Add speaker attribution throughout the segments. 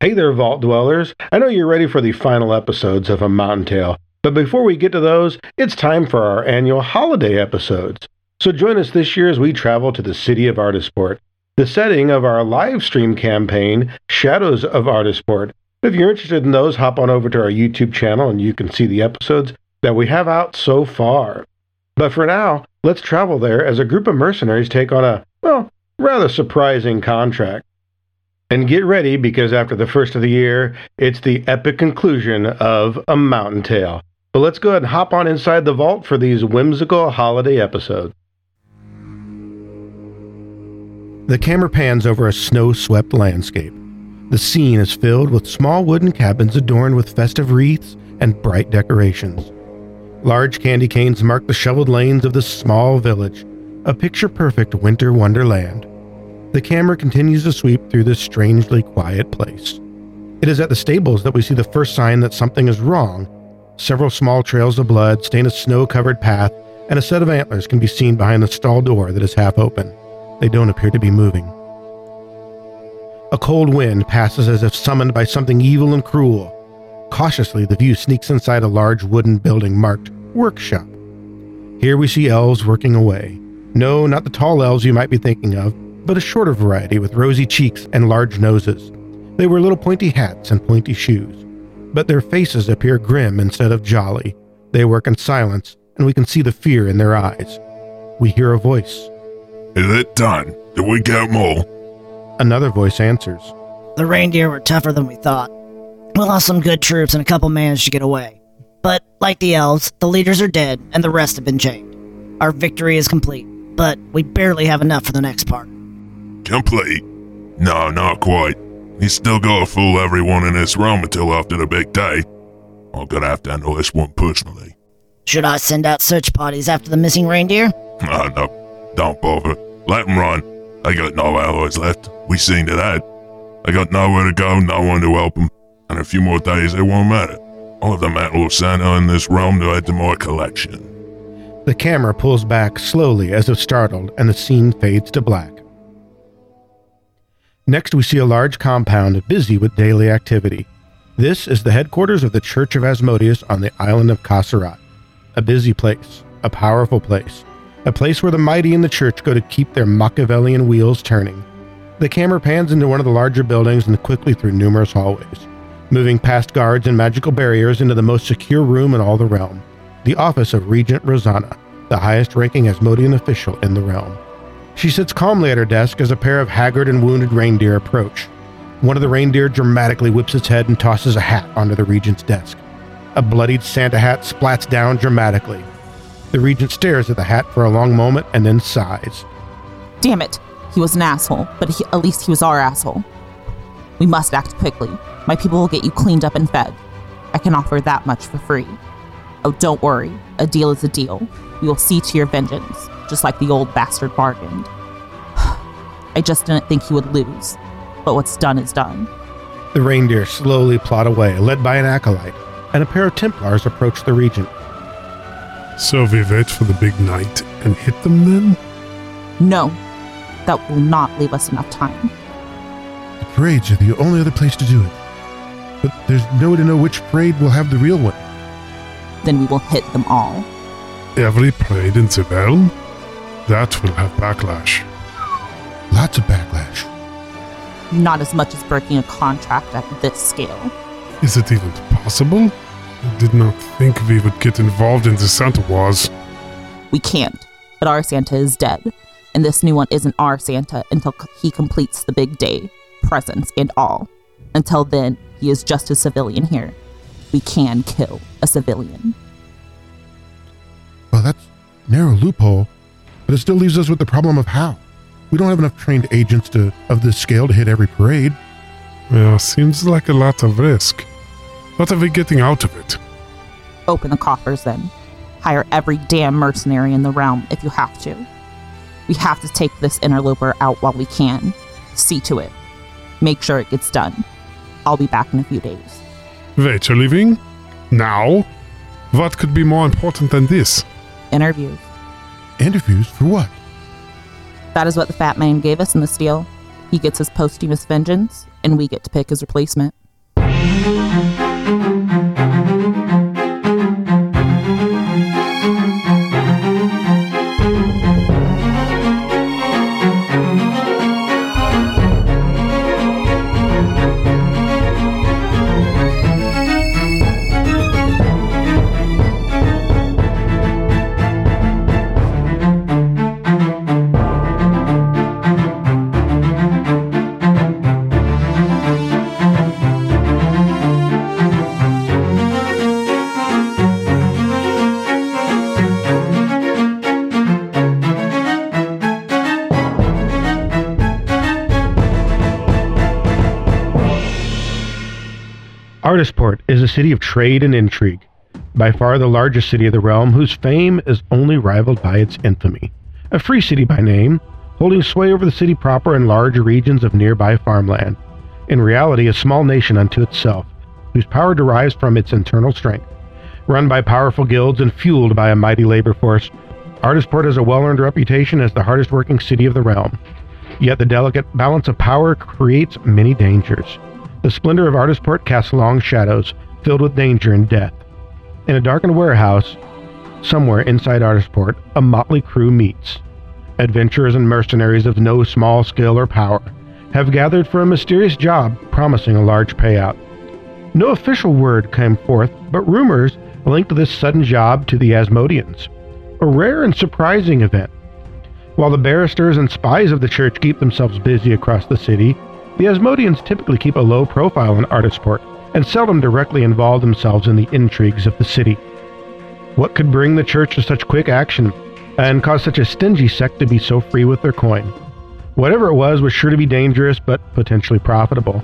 Speaker 1: Hey there, Vault Dwellers. I know you're ready for the final episodes of A Mountain Tale, but before we get to those, it's time for our annual holiday episodes. So join us this year as we travel to the city of Artisport, the setting of our live stream campaign, Shadows of Artisport. If you're interested in those, hop on over to our YouTube channel and you can see the episodes that we have out so far. But for now, let's travel there as a group of mercenaries take on a, well, rather surprising contract. And get ready because after the first of the year, it's the epic conclusion of A Mountain Tale. But let's go ahead and hop on inside the vault for these whimsical holiday episodes. The camera pans over a snow swept landscape. The scene is filled with small wooden cabins adorned with festive wreaths and bright decorations. Large candy canes mark the shoveled lanes of this small village, a picture perfect winter wonderland. The camera continues to sweep through this strangely quiet place. It is at the stables that we see the first sign that something is wrong. Several small trails of blood stain a snow covered path, and a set of antlers can be seen behind the stall door that is half open. They don't appear to be moving. A cold wind passes as if summoned by something evil and cruel. Cautiously, the view sneaks inside a large wooden building marked Workshop. Here we see elves working away. No, not the tall elves you might be thinking of, but a shorter variety with rosy cheeks and large noses. They wear little pointy hats and pointy shoes, but their faces appear grim instead of jolly. They work in silence, and we can see the fear in their eyes. We hear a voice.
Speaker 2: Is it done? Did we get more?
Speaker 1: Another voice answers.
Speaker 3: The reindeer were tougher than we thought. We lost some good troops and a couple managed to get away. But, like the elves, the leaders are dead and the rest have been chained. Our victory is complete, but we barely have enough for the next part.
Speaker 2: Complete? No, not quite. He's still gotta fool everyone in this room until after the big day. I'm gonna have to handle this one personally.
Speaker 3: Should I send out search parties after the missing reindeer?
Speaker 2: Ah, no, don't bother. Let him run. I got no allies left. We seen to that. I got nowhere to go, no one to help him. In a few more days, it won't matter. All of the metal of Santa in this realm to add to my collection.
Speaker 1: The camera pulls back slowly as if startled, and the scene fades to black. Next, we see a large compound busy with daily activity. This is the headquarters of the Church of Asmodeus on the island of Kasserat. A busy place, a powerful place, a place where the mighty in the church go to keep their Machiavellian wheels turning. The camera pans into one of the larger buildings and quickly through numerous hallways, moving past guards and magical barriers into the most secure room in all the realm the office of Regent Rosanna, the highest ranking Asmodean official in the realm. She sits calmly at her desk as a pair of haggard and wounded reindeer approach. One of the reindeer dramatically whips its head and tosses a hat onto the regent's desk. A bloodied Santa hat splats down dramatically. The regent stares at the hat for a long moment and then sighs.
Speaker 4: Damn it. He was an asshole, but he, at least he was our asshole. We must act quickly. My people will get you cleaned up and fed. I can offer that much for free. Oh, don't worry. A deal is a deal. We will see to your vengeance, just like the old bastard bargained. I just didn't think he would lose, but what's done is done.
Speaker 1: The reindeer slowly plod away, led by an acolyte, and a pair of Templars approach the regent.
Speaker 5: So we wait for the big night and hit them then?
Speaker 4: No, that will not leave us enough time.
Speaker 6: The parades are the only other place to do it. But there's no way to know which parade will have the real one.
Speaker 4: Then we will hit them all.
Speaker 5: Every parade in the realm? That will have backlash.
Speaker 6: Lots of backlash.
Speaker 4: Not as much as breaking a contract at this scale.
Speaker 5: Is it even possible? I did not think we would get involved in the Santa Wars.
Speaker 4: We can't, but our Santa is dead, and this new one isn't our Santa until c- he completes the big day, presents and all. Until then, he is just a civilian here. We can kill a civilian.
Speaker 6: Well, that's narrow loophole, but it still leaves us with the problem of how. We don't have enough trained agents to of this scale to hit every parade.
Speaker 5: Yeah, seems like a lot of risk. What are we getting out of it?
Speaker 4: Open the coffers then. Hire every damn mercenary in the realm if you have to. We have to take this interloper out while we can. See to it. Make sure it gets done. I'll be back in a few days.
Speaker 5: Wait, you're leaving? Now? What could be more important than this?
Speaker 4: Interviews.
Speaker 6: Interviews for what?
Speaker 4: That is what the fat man gave us in this deal. He gets his posthumous vengeance,
Speaker 7: and we get to pick his replacement.
Speaker 1: Artisport is a city of trade and intrigue, by far the largest city of the realm, whose fame is only rivaled by its infamy. A free city by name, holding sway over the city proper and large regions of nearby farmland. In reality, a small nation unto itself, whose power derives from its internal strength. Run by powerful guilds and fueled by a mighty labor force, Artisport has a well earned reputation as the hardest working city of the realm. Yet the delicate balance of power creates many dangers. The splendor of Artisport casts long shadows, filled with danger and death. In a darkened warehouse, somewhere inside Artisport, a motley crew meets. Adventurers and mercenaries of no small skill or power have gathered for a mysterious job promising a large payout. No official word came forth, but rumors linked this sudden job to the Asmodians. A rare and surprising event. While the barristers and spies of the church keep themselves busy across the city, the Asmodians typically keep a low profile in Artisport and seldom directly involve themselves in the intrigues of the city. What could bring the church to such quick action and cause such a stingy sect to be so free with their coin? Whatever it was was sure to be dangerous but potentially profitable.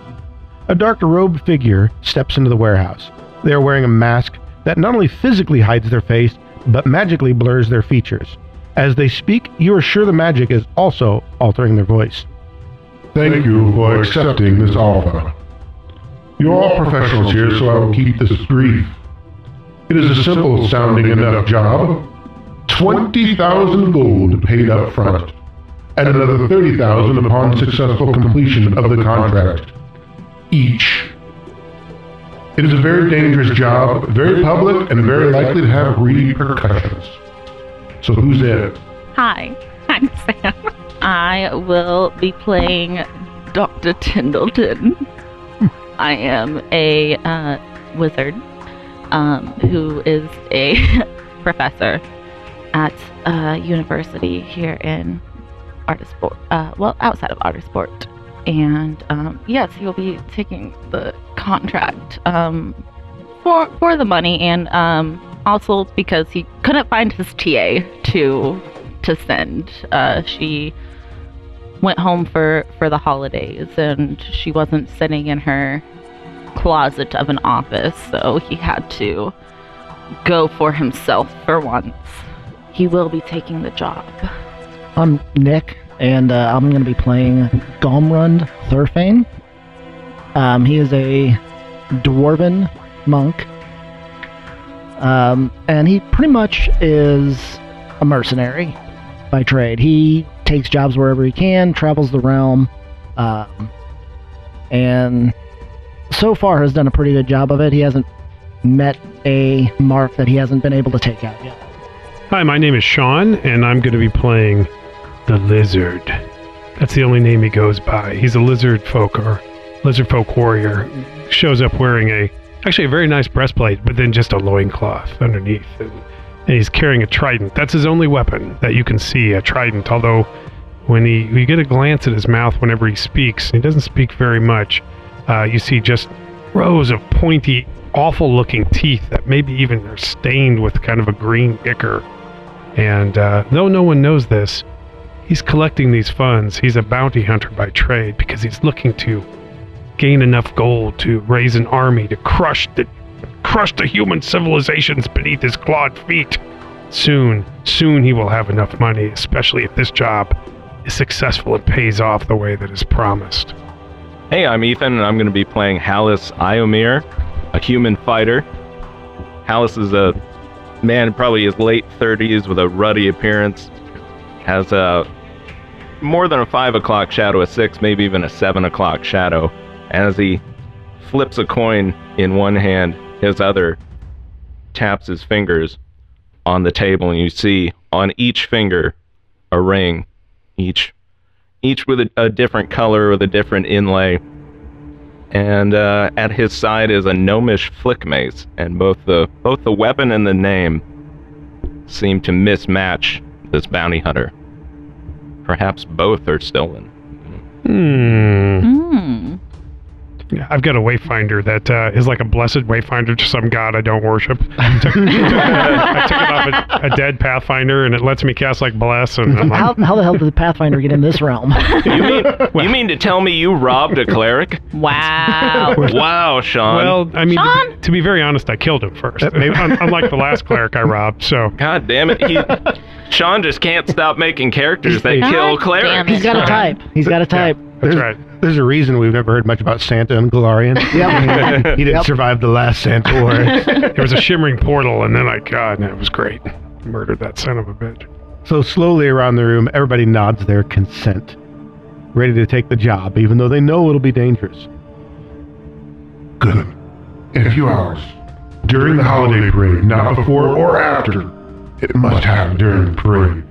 Speaker 1: A dark robed figure steps into the warehouse. They are wearing a mask that not only physically hides their face but magically blurs their features. As they speak, you are sure the magic is also altering their voice.
Speaker 8: Thank you for accepting this offer. You're all professionals here, so I will keep this brief. It is a simple sounding enough job. 20,000 gold paid up front, and another 30,000 upon successful completion of the contract. Each. It is a very dangerous job, very public, and very likely to have repercussions. So who's it?
Speaker 4: Hi, I'm Sam. I will be playing Dr. Tindleton. I am a uh, wizard um, who is a professor at a university here in Artisport, uh, well, outside of Artisport. And um, yes, he will be taking the contract um, for for the money, and um, also because he couldn't find his TA to to send. Uh, she went home for for the holidays, and she wasn't sitting in her closet of an office, so he had to go for himself for once. He will be taking the job.
Speaker 9: I'm Nick, and uh, I'm going to be playing Gomrund Thurfane. Um, he is a dwarven monk, um, and he pretty much is a mercenary by trade. He takes jobs wherever he can, travels the realm, um, and so far has done a pretty good job of it. He hasn't met a mark that he hasn't been able to take out yet.
Speaker 5: Hi, my name is Sean, and I'm going to be playing the Lizard. That's the only name he goes by. He's a lizard folk or lizard folk warrior. Shows up wearing a actually a very nice breastplate, but then just a loincloth underneath. And, and he's carrying a trident. That's his only weapon that you can see, a trident. Although when he you get a glance at his mouth whenever he speaks, he doesn't speak very much. Uh, you see just rows of pointy, awful looking teeth that maybe even are stained with kind of a green ichor. And uh, though no one knows this, he's collecting these funds. He's a bounty hunter by trade because he's looking to gain enough gold to raise an army to crush the crush the human civilizations beneath his clawed feet. Soon, soon he will have enough money, especially if this job is successful and pays off the way that is promised.
Speaker 10: Hey, I'm Ethan, and I'm going to be playing Hallis Iomir, a human fighter. Hallis is a man, probably his late 30s, with a ruddy appearance. Has a more than a five o'clock shadow, a six, maybe even a seven o'clock shadow, as he flips a coin in one hand, his other taps his fingers on the table, and you see on each finger a ring, each each with a, a different color with a different inlay. And uh, at his side is a gnomish flick mace, and both the both the weapon and the name seem to mismatch this bounty hunter. Perhaps both are stolen.
Speaker 5: Hmm.
Speaker 11: Hmm.
Speaker 5: Yeah, I've got a wayfinder that uh, is like a blessed wayfinder to some god I don't worship. I took, I took it off a, a dead pathfinder, and it lets me cast like bless. And I'm like,
Speaker 9: How, how the hell did the Pathfinder get in this realm?
Speaker 10: You mean you mean to tell me you robbed a cleric?
Speaker 11: Wow.
Speaker 10: wow, Sean.
Speaker 5: well, I mean, to be,
Speaker 11: Sean?
Speaker 5: to be very honest, I killed him first. Un- unlike the last cleric I robbed, so
Speaker 10: God damn it. He, Sean just can't stop making characters that
Speaker 11: God
Speaker 10: kill
Speaker 11: damn
Speaker 10: clerics.
Speaker 11: it.
Speaker 9: He's got a type. He's got a type.
Speaker 5: that's
Speaker 1: There's-
Speaker 5: right.
Speaker 1: There's a reason we've never heard much about Santa and Galarian.
Speaker 9: Yep.
Speaker 1: he didn't
Speaker 9: Yep.
Speaker 1: survive the last Santa War.
Speaker 5: There was a shimmering portal, and then I God, and it was great. Murdered that son of a bitch.
Speaker 1: so slowly around the room, everybody nods their consent, ready to take the job, even though they know it'll be dangerous.
Speaker 8: Good. In a few hours. During the holiday parade, not before or after. It must happen during the parade.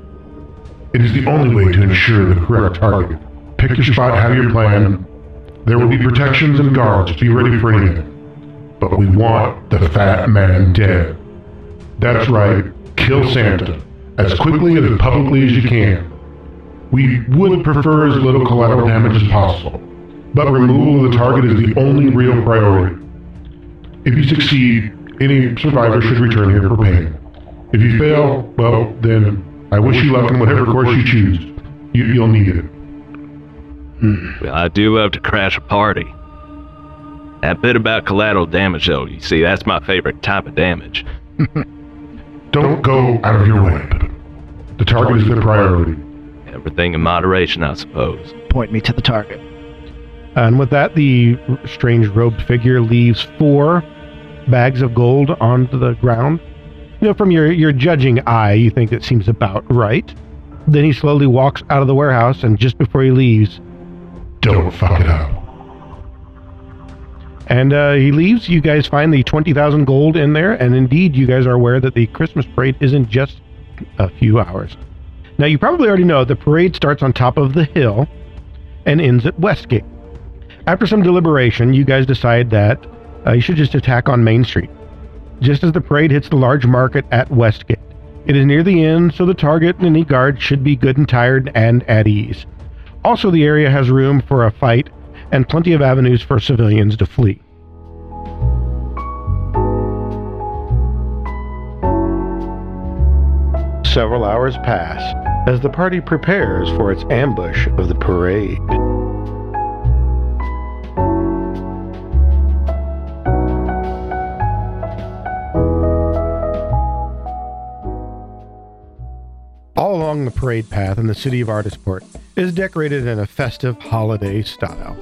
Speaker 8: It is the only way to ensure the correct target. Pick your spot, have your plan. There will be protections and guards. Be ready for anything. But we want the fat man dead. That's right. Kill Santa. As quickly and as publicly as you can. We would prefer as little collateral damage as possible, but removal of the target is the only real priority. If you succeed, any survivor should return here for pain. If you fail, well, then I wish you luck in whatever course you choose. You, you'll need it.
Speaker 10: Well, I do love to crash a party. That bit about collateral damage, though, you see, that's my favorite type of damage.
Speaker 8: Don't go out of your way. The target is the priority.
Speaker 10: Everything in moderation, I suppose.
Speaker 9: Point me to the target.
Speaker 1: And with that, the r- strange robed figure leaves four bags of gold onto the ground. You know, from your, your judging eye, you think it seems about right. Then he slowly walks out of the warehouse, and just before he leaves,
Speaker 8: Don't fuck it up.
Speaker 1: and uh, he leaves, you guys find the 20,000 gold in there, and indeed, you guys are aware that the Christmas parade is in just a few hours. Now, you probably already know the parade starts on top of the hill and ends at Westgate. After some deliberation, you guys decide that uh, you should just attack on Main Street. Just as the parade hits the large market at Westgate, it is near the end, so the target and any guard should be good and tired and at ease. Also, the area has room for a fight and plenty of avenues for civilians to flee. Several hours pass as the party prepares for its ambush of the parade. All along the parade path in the city of Artisport is decorated in a festive holiday style.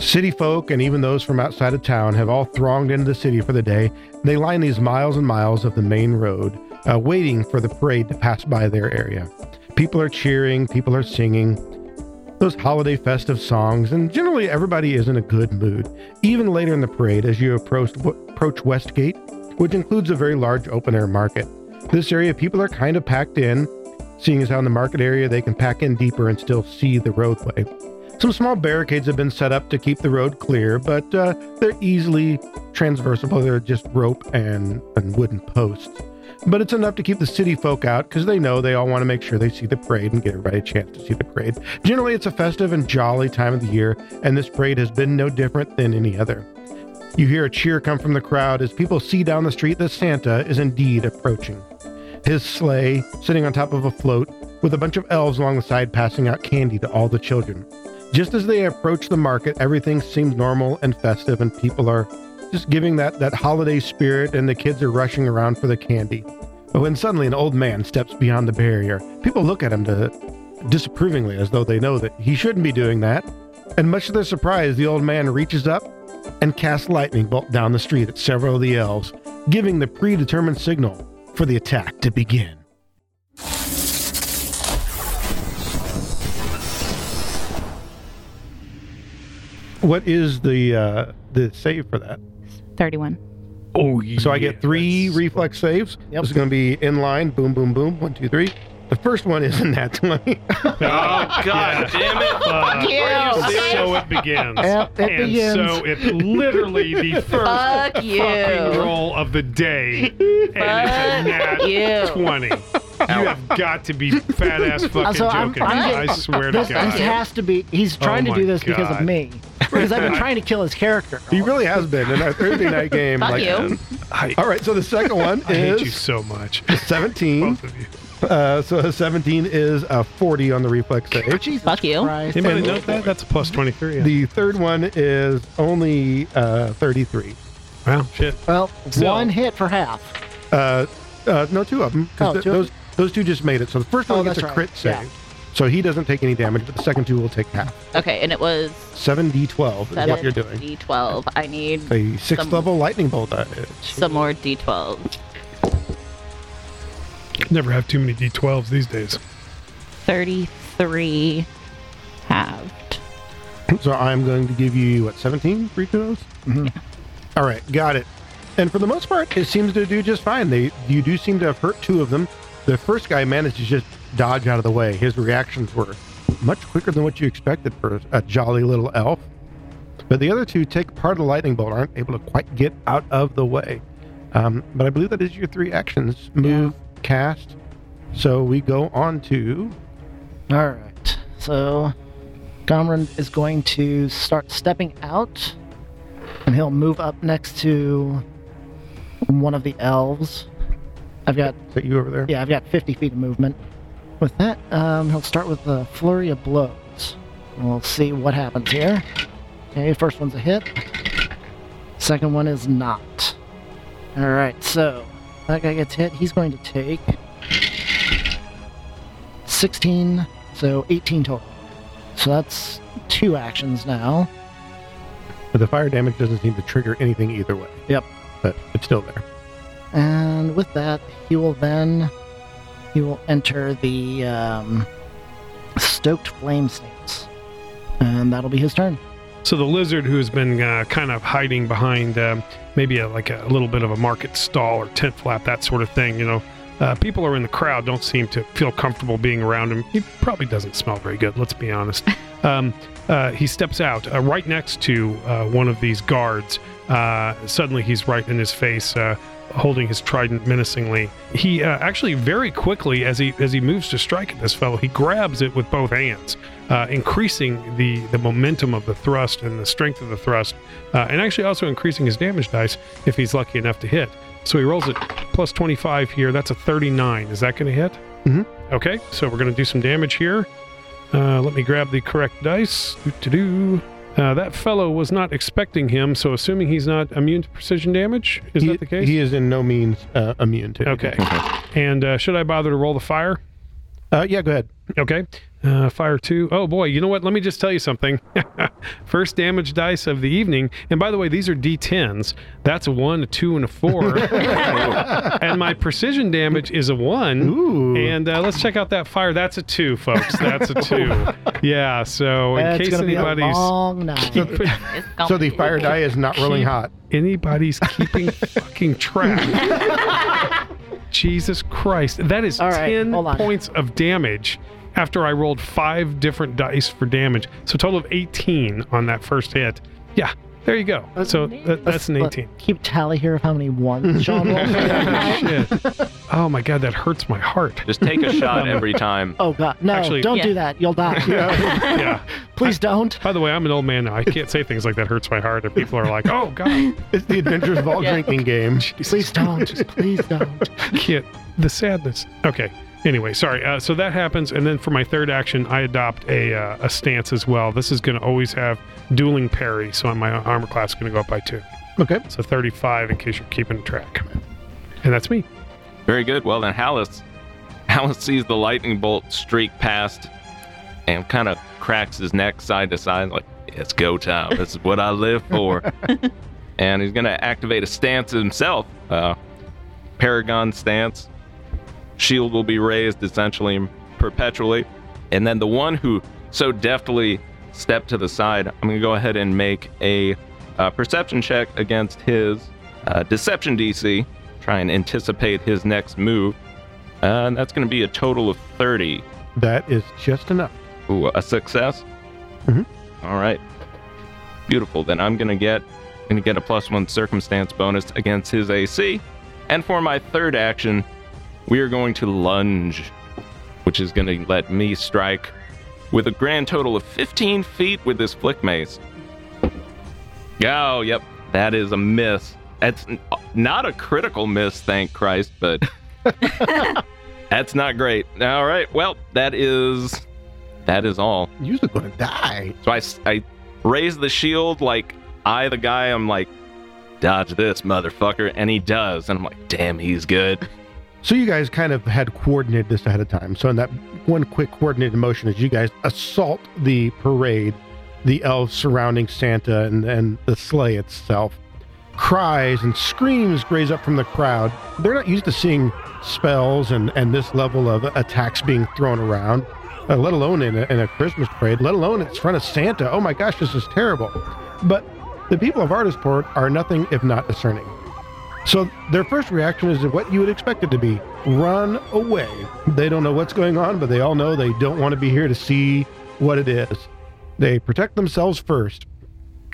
Speaker 1: City folk and even those from outside of town have all thronged into the city for the day. They line these miles and miles of the main road, uh, waiting for the parade to pass by their area. People are cheering, people are singing those holiday festive songs, and generally everybody is in a good mood. Even later in the parade, as you approach, approach Westgate, which includes a very large open air market, this area people are kind of packed in, seeing as how in the market area they can pack in deeper and still see the roadway. Some small barricades have been set up to keep the road clear, but uh, they're easily transversable. They're just rope and, and wooden posts. But it's enough to keep the city folk out because they know they all want to make sure they see the parade and get everybody a chance to see the parade. Generally, it's a festive and jolly time of the year, and this parade has been no different than any other. You hear a cheer come from the crowd as people see down the street that Santa is indeed approaching. His sleigh, sitting on top of a float, with a bunch of elves along the side passing out candy to all the children. Just as they approach the market, everything seems normal and festive, and people are just giving that, that holiday spirit, and the kids are rushing around for the candy. But when suddenly an old man steps beyond the barrier, people look at him to, disapprovingly as though they know that he shouldn't be doing that. And much to their surprise, the old man reaches up and casts lightning bolt down the street at several of the elves, giving the predetermined signal for the attack to begin. What is the uh, the save for that?
Speaker 11: 31.
Speaker 1: Oh, yeah. So I get three reflex saves. Yep. This is going to be in line. Boom, boom, boom. One, two, three. The first one is in that 20.
Speaker 10: God damn it!
Speaker 5: Fuck
Speaker 10: you.
Speaker 5: So it begins.
Speaker 9: Yep, it
Speaker 5: and
Speaker 9: begins.
Speaker 5: so it's literally the first
Speaker 11: Fuck you.
Speaker 5: fucking roll of the day. And it's a nat
Speaker 11: Fuck you.
Speaker 5: 20. You have got to be fat ass fucking
Speaker 9: so I'm-
Speaker 5: joking.
Speaker 9: I'm
Speaker 5: i
Speaker 9: getting-
Speaker 5: swear
Speaker 9: this,
Speaker 5: to God.
Speaker 9: This has to be. He's trying
Speaker 5: Oh
Speaker 9: to do
Speaker 5: my
Speaker 9: this because of
Speaker 5: God.
Speaker 9: me. Because I've been trying to kill his character.
Speaker 1: He really has been in our Thursday night game.
Speaker 11: Fuck
Speaker 1: like,
Speaker 11: you.
Speaker 5: I,
Speaker 1: All right, so the second one
Speaker 5: I hate you
Speaker 1: is
Speaker 5: so much.
Speaker 1: 17.
Speaker 5: Both of you.
Speaker 1: Uh, so a 17 is a 40 on the reflex save.
Speaker 9: Jesus
Speaker 12: Fuck you.
Speaker 9: Christ.
Speaker 5: Anybody know that? That's a plus 23. Yeah.
Speaker 1: The third one is only uh, 33.
Speaker 5: wow, shit.
Speaker 9: Well,
Speaker 5: So-
Speaker 9: one hit for half.
Speaker 1: Uh, uh, no, two of them.
Speaker 9: Oh, two of
Speaker 1: those, those two just made it. So the first one
Speaker 9: Oh,
Speaker 1: gets a
Speaker 9: that's right.
Speaker 1: crit
Speaker 9: Yeah.
Speaker 1: save. So he doesn't take any damage, but the second two will take half.
Speaker 11: Okay, and it was
Speaker 1: 7d12 is
Speaker 11: seven
Speaker 1: what you're doing.
Speaker 11: d12. I need
Speaker 1: A sixth
Speaker 11: Some-
Speaker 1: level lightning bolt. uh, That is.
Speaker 11: some more d12.
Speaker 5: Never have too many D12s these days.
Speaker 11: 33 halved.
Speaker 1: So I'm going to give you what 17 free kudos. All right, got it. And for the most part, it seems to do just fine. They you do seem to have hurt two of them. The first guy managed to just dodge out of the way. His reactions were much quicker than what you expected for a jolly little elf. But the other two take part of the lightning bolt, aren't able to quite get out of the way. Um, but I believe that is your three actions: move, cast. So we go on to
Speaker 9: All right. So, Gomrand is going to start stepping out, and he'll move up next to one of the elves. I've got
Speaker 1: is that you over there.
Speaker 9: yeah, I've got 50 feet of movement. With that, um, he'll start with a flurry of blows. And We'll see what happens here. Okay, first one's a hit. Second one is not. All right, so that guy gets hit. He's going to take 16, so 18 total. So that's two actions now.
Speaker 1: But the fire damage doesn't seem to trigger anything either way.
Speaker 9: Yep.
Speaker 1: But it's still there.
Speaker 9: And with that, he will then he will enter the um, stoked flame snakes, and that'll be his turn.
Speaker 5: So the lizard, who's been uh, kind of hiding behind um, maybe a, like a little bit of a market stall or tent flap, that sort of thing, you know, uh, people are in the crowd don't seem to feel comfortable being around him. He probably doesn't smell very good. Let's be honest. um, uh, he steps out uh, right next to uh, one of these guards. Uh, suddenly, he's right in his face. Uh, Holding his trident menacingly, he uh, actually very quickly, as he as he moves to strike at this fellow, he grabs it with both hands, uh, increasing the the momentum of the thrust and the strength of the thrust, uh, and actually also increasing his damage dice if he's lucky enough to hit. So he rolls it plus 25 here. That's a 39. Is that going to hit?
Speaker 1: Mhm.
Speaker 5: Okay, so we're going to do some damage here. Uh, let me grab the correct dice. Doo-doo-doo. Uh, that fellow was not expecting him, so assuming he's not immune to precision damage, is
Speaker 1: he,
Speaker 5: that the case?
Speaker 1: He is in no means uh, immune to. it.
Speaker 5: okay. and uh, should I bother to roll the fire?
Speaker 1: Uh, yeah, go ahead.
Speaker 5: Okay. Uh, fire two. Oh boy, you know what? Let me just tell you something. First damage dice of the evening. And by the way, these are D10s. That's a one, a two, and a four. and my precision damage is a one.
Speaker 1: Ooh.
Speaker 5: And uh, let's check out that fire. That's a two, folks. That's a two. yeah. So in
Speaker 9: That's
Speaker 5: case
Speaker 9: gonna be a
Speaker 5: anybody's
Speaker 9: long night.
Speaker 11: It's
Speaker 4: Oh,
Speaker 1: So
Speaker 11: gone.
Speaker 1: the fire die is not rolling
Speaker 5: Keep-
Speaker 1: hot.
Speaker 5: anybody's keeping fucking track. Jesus Christ. That is
Speaker 9: All right,
Speaker 5: 10
Speaker 9: hold on.
Speaker 5: points of damage after I rolled five different dice for damage. So, total of 18 on that first hit. Yeah, there you go. so, that, that's an
Speaker 9: Let's
Speaker 5: 18.
Speaker 9: keep tally here of how many ones Sean rolled.
Speaker 5: Shit. Oh my God, that hurts my heart.
Speaker 10: Just take a shot every time.
Speaker 9: oh god, no!
Speaker 5: Actually-
Speaker 9: don't
Speaker 11: Yeah.
Speaker 9: do that. You'll die.
Speaker 5: Yeah.
Speaker 9: Please don't.
Speaker 5: By the way, I'm an old man now. I can't say things like that hurts my heart if people are like, oh God.
Speaker 1: It's the Adventures of All
Speaker 11: Yeah.
Speaker 1: Drinking game.
Speaker 9: Please don't. Please don't.
Speaker 5: can't. The sadness. Okay. Anyway, sorry. Uh, so that happens, and then for my third action, I adopt a uh, a stance as well. This is going to always have dueling parry, so my armor class is going to go up by two.
Speaker 1: Okay.
Speaker 5: So thirty five, in case you're keeping track. And that's me.
Speaker 10: Very good. Well, then Hallis, Hallis sees the lightning bolt streak past and kind of cracks his neck side to side, like, it's go time. This is what I live for. and he's going to activate a stance himself uh, Paragon stance. Shield will be raised essentially perpetually. And then the one who so deftly step to the side, I'm going to go ahead and make a uh, perception check against his uh, deception DC. Try and anticipate his next move. Uh, and that's going to be a total of 30.
Speaker 1: That is just enough.
Speaker 10: Ooh, a success.
Speaker 1: Mhm.
Speaker 10: All right, beautiful. Then I'm gonna get gonna get a plus one circumstance bonus against his AC, and for my third action, we are going to lunge, which is gonna let me strike with a grand total of 15 feet with this flick mace. Oh, yep, that is a miss. That's n- not a critical miss, thank Christ, but that's not great. All right, well, that is that is all.
Speaker 1: You're going to die.
Speaker 10: So I, s- I raise the shield like I, the guy, I'm like, dodge this motherfucker, and he does, and I'm like, damn, he's good.
Speaker 1: So you guys kind of had coordinated this ahead of time. So in that one quick coordinated motion is you guys assault the parade, the elves surrounding Santa and, and the sleigh itself. Cries and screams graze up from the crowd. They're not used to seeing spells and, and this level of attacks being thrown around, uh, let alone in a, in a Christmas parade, let alone in front of Santa. Oh my gosh, this is terrible. But the people of Artisport are nothing if not discerning. So their first reaction is what you would expect it to be run away. They don't know what's going on, but they all know they don't want to be here to see what it is. They protect themselves first.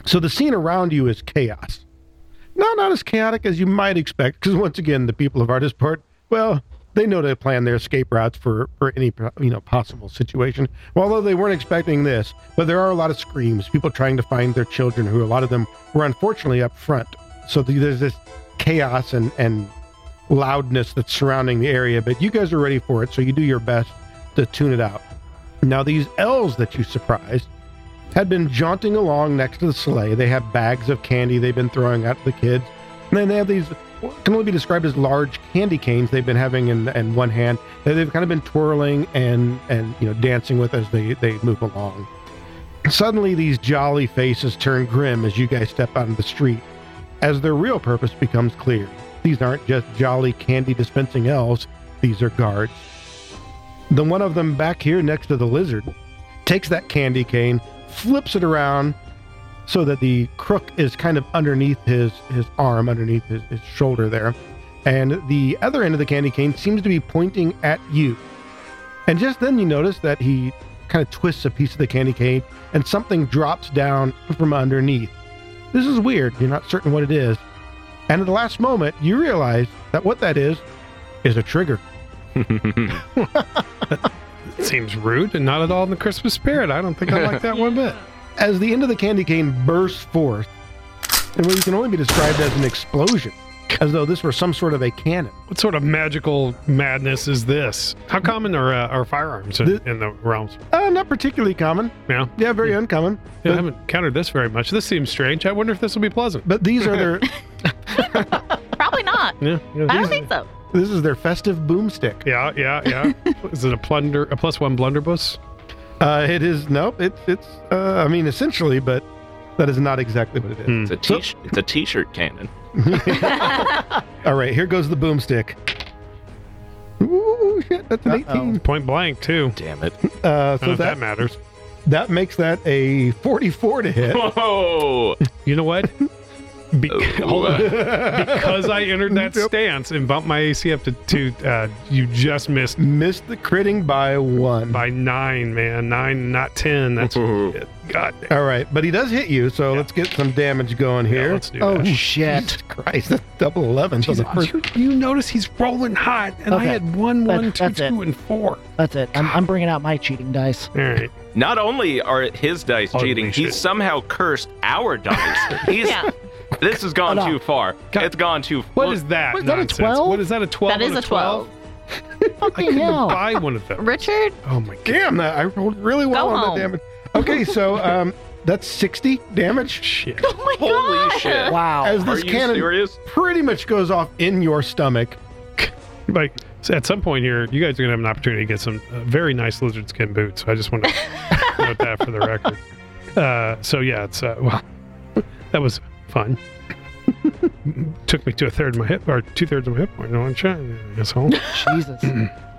Speaker 1: So the scene around you is chaos. No, not as chaotic as you might expect, because once again, the people of Artisport, well, they know to plan their escape routes for, for any you know possible situation. Well, although they weren't expecting this, but there are a lot of screams, people trying to find their children, who a lot of them were unfortunately up front. So the, there's this chaos and and loudness that's surrounding the area, but you guys are ready for it, so you do your best to tune it out. Now, these elves that you surprised had been jaunting along next to the sleigh. They have bags of candy they've been throwing out to the kids. And then they have these, what can only be described as large candy canes they've been having in, in one hand that they've kind of been twirling and, and you know, dancing with as they, they move along. Suddenly, these jolly faces turn grim as you guys step out into the street, as their real purpose becomes clear. These aren't just jolly candy dispensing elves, these are guards. The one of them back here next to the lizard takes that candy cane, flips it around so that the crook is kind of underneath his, his arm, underneath his, his shoulder there. And the other end of the candy cane seems to be pointing at you. And just then you notice that he kind of twists a piece of the candy cane and something drops down from underneath. This is weird. You're not certain what it is. And at the last moment, you realize that what that is is a trigger.
Speaker 5: It seems rude and not at all in the Christmas spirit. I don't think I like that one bit.
Speaker 1: As the end of the candy cane bursts forth, and what can only be described as an explosion, as though this were some sort of a cannon.
Speaker 5: What sort of magical madness is this? How common are, uh, are firearms in,
Speaker 1: Th-
Speaker 5: in the realms?
Speaker 1: Uh, not particularly common.
Speaker 5: Yeah.
Speaker 1: Yeah, very uncommon.
Speaker 5: Yeah, I
Speaker 1: But,
Speaker 5: haven't countered this very much. This seems strange. I wonder if this will be pleasant.
Speaker 1: but these are their
Speaker 11: Probably not.
Speaker 5: Yeah, yeah.
Speaker 11: I don't think so.
Speaker 1: this is their festive boomstick.
Speaker 5: Yeah, yeah, yeah. Is it a plunder, a plus one blunderbuss?
Speaker 1: Uh, it is nope. It's it's. Uh, I mean, essentially, but that is not exactly what it is.
Speaker 10: It's a t it's a t-shirt cannon.
Speaker 1: All right, here goes the boomstick. Ooh, shit, that's an
Speaker 9: Uh-oh.
Speaker 1: 18.
Speaker 5: Hmm, Point blank too.
Speaker 10: Damn it!
Speaker 1: Uh,
Speaker 5: I don't know
Speaker 1: so
Speaker 5: if that
Speaker 1: that,
Speaker 5: matters.
Speaker 1: that makes that a 44 to hit.
Speaker 10: Whoa!
Speaker 5: You know what? Be- hold on. because I entered that
Speaker 1: Yep.
Speaker 5: stance and bumped my AC up to two. Uh, you just missed
Speaker 1: Missed the critting by one.
Speaker 5: by nine, man. Nine, not ten. That's God. damn.
Speaker 1: All right, but he does hit you, so let's get some damage going here.
Speaker 5: let's do
Speaker 1: oh
Speaker 5: that.
Speaker 1: shit! Christ, that's double eleven. So the first,
Speaker 5: You, you notice he's rolling hot, and I
Speaker 9: Okay.
Speaker 5: had one,
Speaker 9: That-
Speaker 5: one, two,
Speaker 9: that's it.
Speaker 5: two, and four.
Speaker 9: That's it. I'm, I'm bringing out my cheating dice.
Speaker 5: All right.
Speaker 10: Not only are his dice
Speaker 5: Holy
Speaker 10: cheating,
Speaker 5: shit.
Speaker 10: he's somehow cursed our dice. He's
Speaker 11: Yeah.
Speaker 10: this has gone
Speaker 9: Hold on.
Speaker 10: too far.
Speaker 5: God.
Speaker 10: It's gone too.
Speaker 5: What is that?
Speaker 9: was that a
Speaker 5: nonsense?
Speaker 9: 12?
Speaker 5: What is that? A twelve?
Speaker 11: That is
Speaker 5: on
Speaker 11: a 12.
Speaker 5: I
Speaker 9: Fucking
Speaker 5: couldn't
Speaker 9: hell.
Speaker 5: buy one of them.
Speaker 11: Richard,
Speaker 5: Oh my god.
Speaker 1: damn, that I rolled really well
Speaker 11: Go
Speaker 1: on
Speaker 11: home.
Speaker 1: that damage. Okay, so um, that's sixty damage
Speaker 5: Shit.
Speaker 11: oh my
Speaker 10: Holy
Speaker 11: god!
Speaker 10: shit!
Speaker 9: Wow.
Speaker 1: as
Speaker 10: Are
Speaker 1: this
Speaker 10: you
Speaker 1: cannon
Speaker 10: serious?
Speaker 1: pretty much goes off in your stomach.
Speaker 5: Like so at some point here, you guys are gonna have an opportunity to get some uh, very nice lizard skin boots. I just want to note that for the record. Uh, so yeah, it's uh, well, that was fun. Took me to a third of my hip or two thirds of my hip point. No one trying, asshole.
Speaker 9: Jesus.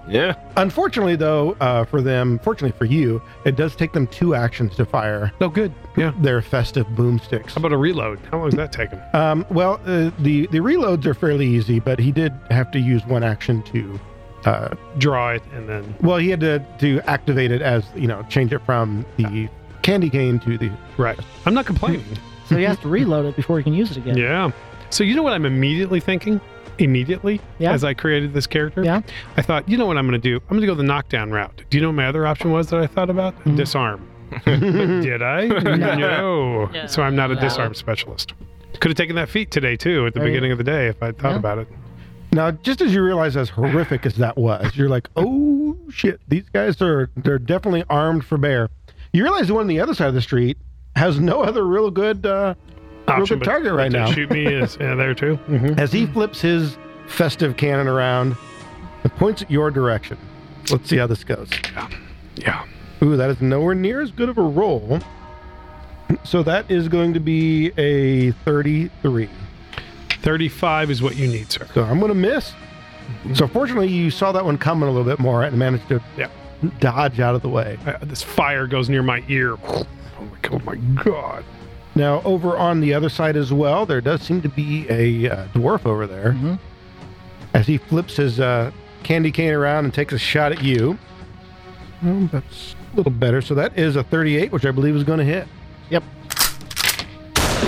Speaker 10: Yeah.
Speaker 1: Unfortunately, though, uh, for them, fortunately for you, it does take them two actions to fire.
Speaker 5: Oh, good. Yeah.
Speaker 1: Their festive boomsticks.
Speaker 5: How about a reload? How long is that taking?
Speaker 1: Um, well, uh, the the reloads are fairly easy, but he did have to use one action to. Uh,
Speaker 5: Draw it and then.
Speaker 1: well, he had to to activate it as you know, change it from the candy cane to the
Speaker 5: Right. I'm not complaining.
Speaker 9: So he has to reload it before he can use it again.
Speaker 5: Yeah. So you know what I'm immediately thinking? Immediately,
Speaker 9: Yeah.
Speaker 5: as I created this character,
Speaker 9: Yeah.
Speaker 5: I thought, you know what I'm going to do? I'm going to go the knockdown route. Do you know what my other option was that I thought about?
Speaker 9: Mm-hmm.
Speaker 5: Disarm. But did I? no.
Speaker 11: No.
Speaker 5: So I'm not a
Speaker 11: No.
Speaker 5: disarm specialist. Could have taken that feat today too at the
Speaker 9: There you
Speaker 5: beginning of the day if I would thought about it.
Speaker 1: Now, just as you realize as horrific as that was, you're like, "Oh shit, these guys are they're definitely armed for bear." You realize the one on the other side of the street has no other real good uh, real good
Speaker 5: Option, but-
Speaker 1: target right
Speaker 5: to
Speaker 1: now. Mm-hmm.
Speaker 5: Shoot me is yeah, there too.
Speaker 1: As he flips his festive cannon around, it points at your direction. Let's see how this goes.
Speaker 5: Yeah.
Speaker 1: Ooh, that is nowhere near as good of a roll. So that is going to be a 33.
Speaker 5: 35 is what you need, sir.
Speaker 1: So I'm going to miss. So fortunately, you saw that one coming a little bit more and managed to
Speaker 5: Yeah.
Speaker 1: dodge out of the way.
Speaker 5: Uh, this fire goes near my ear. Oh my, oh my god.
Speaker 1: Now, over on the other side as well, there does seem to be a uh, dwarf over there.
Speaker 9: Mhm.
Speaker 1: As he flips his uh, candy cane around and takes a shot at you. Well, that's a little better. So that is a 38, which I believe is going to hit.
Speaker 9: Yep.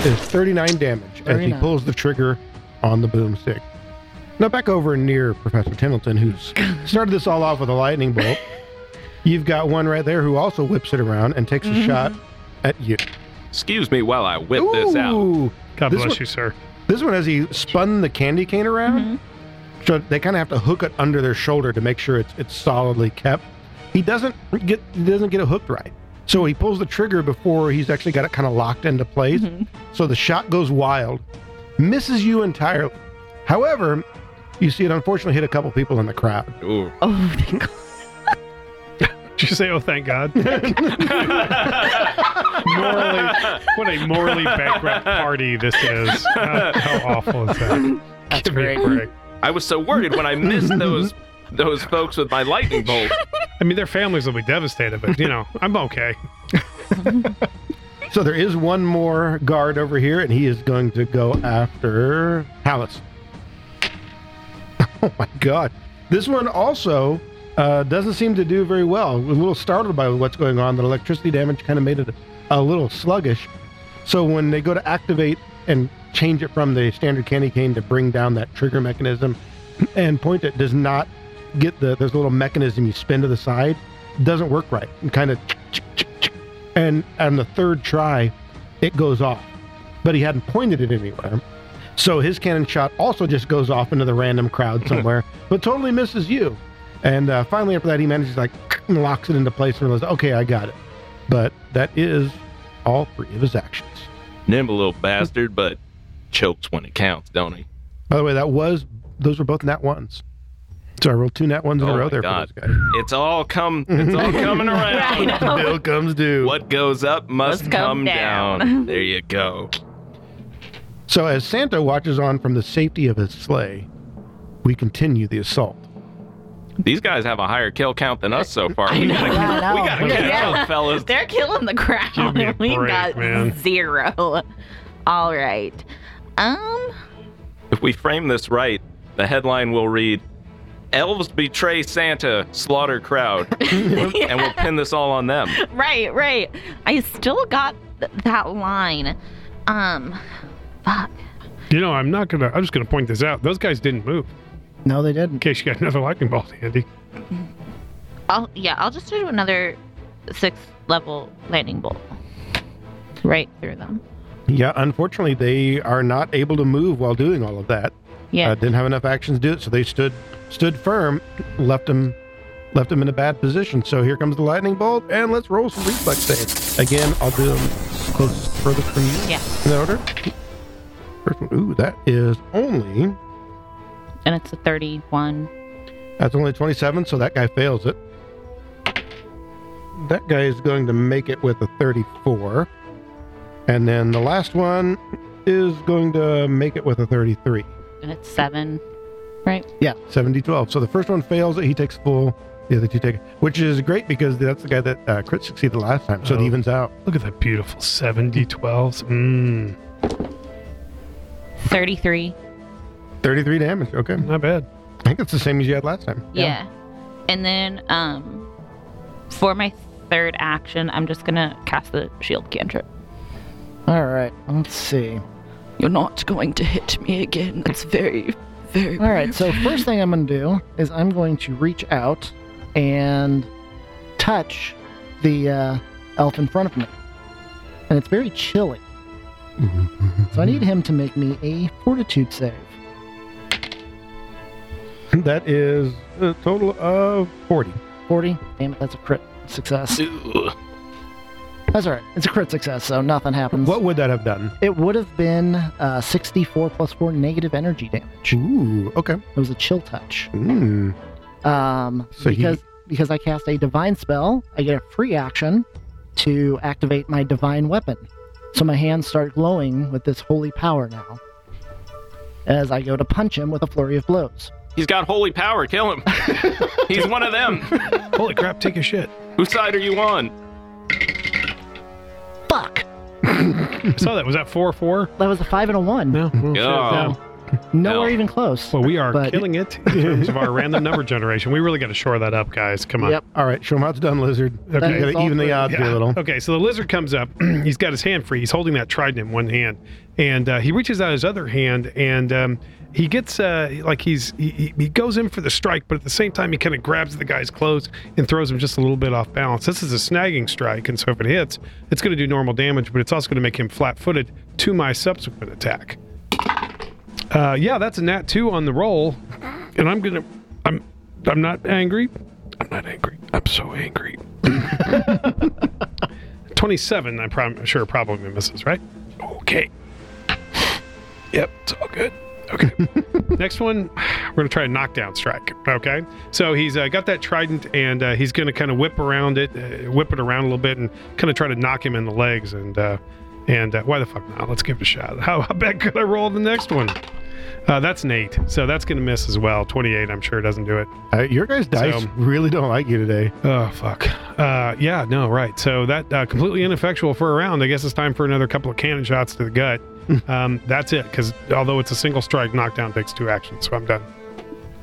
Speaker 1: Is 39 damage as he
Speaker 9: 39.
Speaker 1: pulls the trigger on the boomstick. Now, back over near Professor Tendleton, who's started this all off with a lightning bolt. You've got one right there who also whips it around and takes a shot at you.
Speaker 10: Excuse me while I whip this out.
Speaker 1: Ooh.
Speaker 5: God
Speaker 1: This
Speaker 5: bless
Speaker 1: one-
Speaker 5: you, sir.
Speaker 1: This one, as he spun the candy cane around, so they kind of have to hook it under their shoulder to make sure it's it's solidly kept. He doesn't get he doesn't get it hooked right, so he pulls the trigger before he's actually got it kind of locked into place. So the shot goes wild, misses you entirely. However, you see it unfortunately hit a couple people in the crowd.
Speaker 10: Ooh.
Speaker 11: Oh, thank God.
Speaker 5: Did you say, oh, thank God? morally, what a morally bankrupt party this is. How, how awful is that? That's Give me a break.
Speaker 10: I was so worried when I missed those those folks with my lightning bolt.
Speaker 5: I mean, their families will be devastated, but, you know, I'm okay.
Speaker 1: So there is one more guard over here, and he is going to go after Hallis. Oh my god. This one also uh, doesn't seem to do very well. A little startled by what's going on. The electricity damage kind of made it a little sluggish. So when they go to activate and change it from the standard candy cane to bring down that trigger mechanism and point it does not get the there's a little mechanism you spin to the side doesn't work right and kind of and on the third try it goes off but he hadn't pointed it anywhere so his cannon shot also just goes off into the random crowd somewhere but totally misses you and uh, finally after that he manages like and locks it into place and realizes okay i got it but that is all three of his actions
Speaker 10: Nimble little bastard, but chokes when it counts, don't he?
Speaker 1: by the way that was those were both nat ones so i rolled two nat ones in
Speaker 10: Oh
Speaker 1: a row
Speaker 10: my
Speaker 1: there
Speaker 10: God.
Speaker 1: for those guys
Speaker 10: It's all come. It's all coming
Speaker 11: I
Speaker 10: around.
Speaker 11: know.
Speaker 1: bill comes due
Speaker 10: What goes up must
Speaker 11: Must
Speaker 10: come
Speaker 11: come
Speaker 10: down.
Speaker 11: down.
Speaker 10: There you go.
Speaker 1: So, as Santa watches on from the safety of his sleigh, we continue the assault.
Speaker 10: These guys have a higher kill count than us so far.
Speaker 11: I
Speaker 10: We
Speaker 11: know.
Speaker 10: gotta,
Speaker 9: I
Speaker 10: we
Speaker 9: know.
Speaker 10: gotta catch
Speaker 11: Yeah.
Speaker 10: up, fellas.
Speaker 11: They're killing the crowd.
Speaker 5: Give me a
Speaker 11: we
Speaker 5: break,
Speaker 11: got
Speaker 5: man.
Speaker 11: zero. All right. Um.
Speaker 10: If we frame this right, the headline will read Elves betray Santa, slaughter crowd. And we'll pin this all on them.
Speaker 11: Right. Right. I still got th- that line. Um. Fuck.
Speaker 5: You know, I'm not going to, I'm just going to point this out. Those guys didn't move
Speaker 9: No, they
Speaker 5: in
Speaker 9: didn't.
Speaker 5: case you got another lightning bolt handy.
Speaker 11: I'll yeah. I'll just do another sixth level lightning bolt. Right through them.
Speaker 1: Yeah, unfortunately, they are not able to move while doing all of that.
Speaker 11: Yeah.
Speaker 1: Uh, didn't have enough actions to do it, so they stood stood firm, left him left him in a bad position. So here comes the lightning bolt, and let's roll some reflex saves. Again, I'll do them closest furthest from you.
Speaker 11: Yeah.
Speaker 1: In order. First one, ooh, that is only
Speaker 11: and it's a thirty-one.
Speaker 1: That's only 27, so that guy fails it. That guy is going to make it with a 34. And then the last one is going to make it with a 33.
Speaker 11: And it's seven. right?
Speaker 9: Yeah.
Speaker 1: 70 12. So the first one fails, he takes full, the other two take, which is great because that's the guy that uh, crit succeeded last time. So it
Speaker 5: Oh.
Speaker 1: evens out.
Speaker 5: Look at that beautiful 70 12s. Mmm.
Speaker 11: 33.
Speaker 1: 33 damage. Okay.
Speaker 5: Not bad.
Speaker 1: I think it's the same as you had last time.
Speaker 11: Yeah. And then um for my third action, I'm just gonna cast the shield cantrip.
Speaker 9: All right. Let's see.
Speaker 11: You're not going to hit me again. That's very, very
Speaker 9: All right. So first thing I'm going to do is I'm going to reach out and touch the uh, elf in front of me, and it's very chilly. So I need him to make me a fortitude save.
Speaker 1: That is a total of 40.
Speaker 9: 40. Damn it, that's a crit success. That's all right. It's a crit success, so nothing happens.
Speaker 1: What would that have done?
Speaker 9: It would have been uh, 64 plus 4 negative energy damage.
Speaker 1: Ooh, okay.
Speaker 9: It was a chill touch.
Speaker 1: Mm.
Speaker 9: Um,
Speaker 1: So he-
Speaker 9: because because I cast a divine spell, I get a free action to activate my divine weapon. So my hands start glowing with this holy power now. As I go to punch him with a flurry of blows.
Speaker 10: He's got holy power. Kill him. He's one of them.
Speaker 5: Holy crap, take a shit.
Speaker 10: Whose side are you on?
Speaker 9: Fuck!
Speaker 5: I saw that. Was that 4 4?
Speaker 9: That was a five and a one.
Speaker 5: No.
Speaker 10: Oh.
Speaker 9: Nowhere even close.
Speaker 5: Well, we are
Speaker 9: But-
Speaker 5: killing it in terms of our random number generation. We really got to shore that up, guys. Come on.
Speaker 9: Yep.
Speaker 1: All right. Show him how it's done, lizard.
Speaker 5: Okay.
Speaker 1: Okay. You
Speaker 9: It's
Speaker 1: gotta
Speaker 9: all
Speaker 1: even the
Speaker 9: three.
Speaker 1: odds here a little.
Speaker 5: Okay, so the lizard comes up. he's got his hand free. He's holding that trident in one hand, and uh, he reaches out his other hand, and um, he gets uh, like he's he- he, he goes in for the strike, but at the same time he kind of grabs the guy's clothes and throws him just a little bit off balance. This is a snagging strike, and so if it hits, it's going to do normal damage, but it's also going to make him flat-footed to my subsequent attack. Uh, yeah, that's a nat two on the roll, and I'm gonna I'm I'm not angry. I'm not angry. I'm so angry. 27, I'm prob- sure probably misses, right? Okay. Yep, it's all good. Okay. Next one, we're going to try a knockdown strike. Okay. So he's uh, got that trident and uh, he's going to kind of whip around it, uh, whip it around a little bit and kind of try to knock him in the legs. And, uh, and uh, why the fuck not? Let's give it a shot. How, how bad could I roll the next one? Uh, that's an eight. So that's going to miss as well. 28, I'm sure, doesn't do it.
Speaker 1: Uh, your guys' dice really don't like you today.
Speaker 5: Oh fuck. Uh, yeah, no, right. So that uh, completely ineffectual for a round. I guess it's time for another couple of cannon shots to the gut. um, that's it, because although it's a single strike, knockdown takes two actions, so I'm done.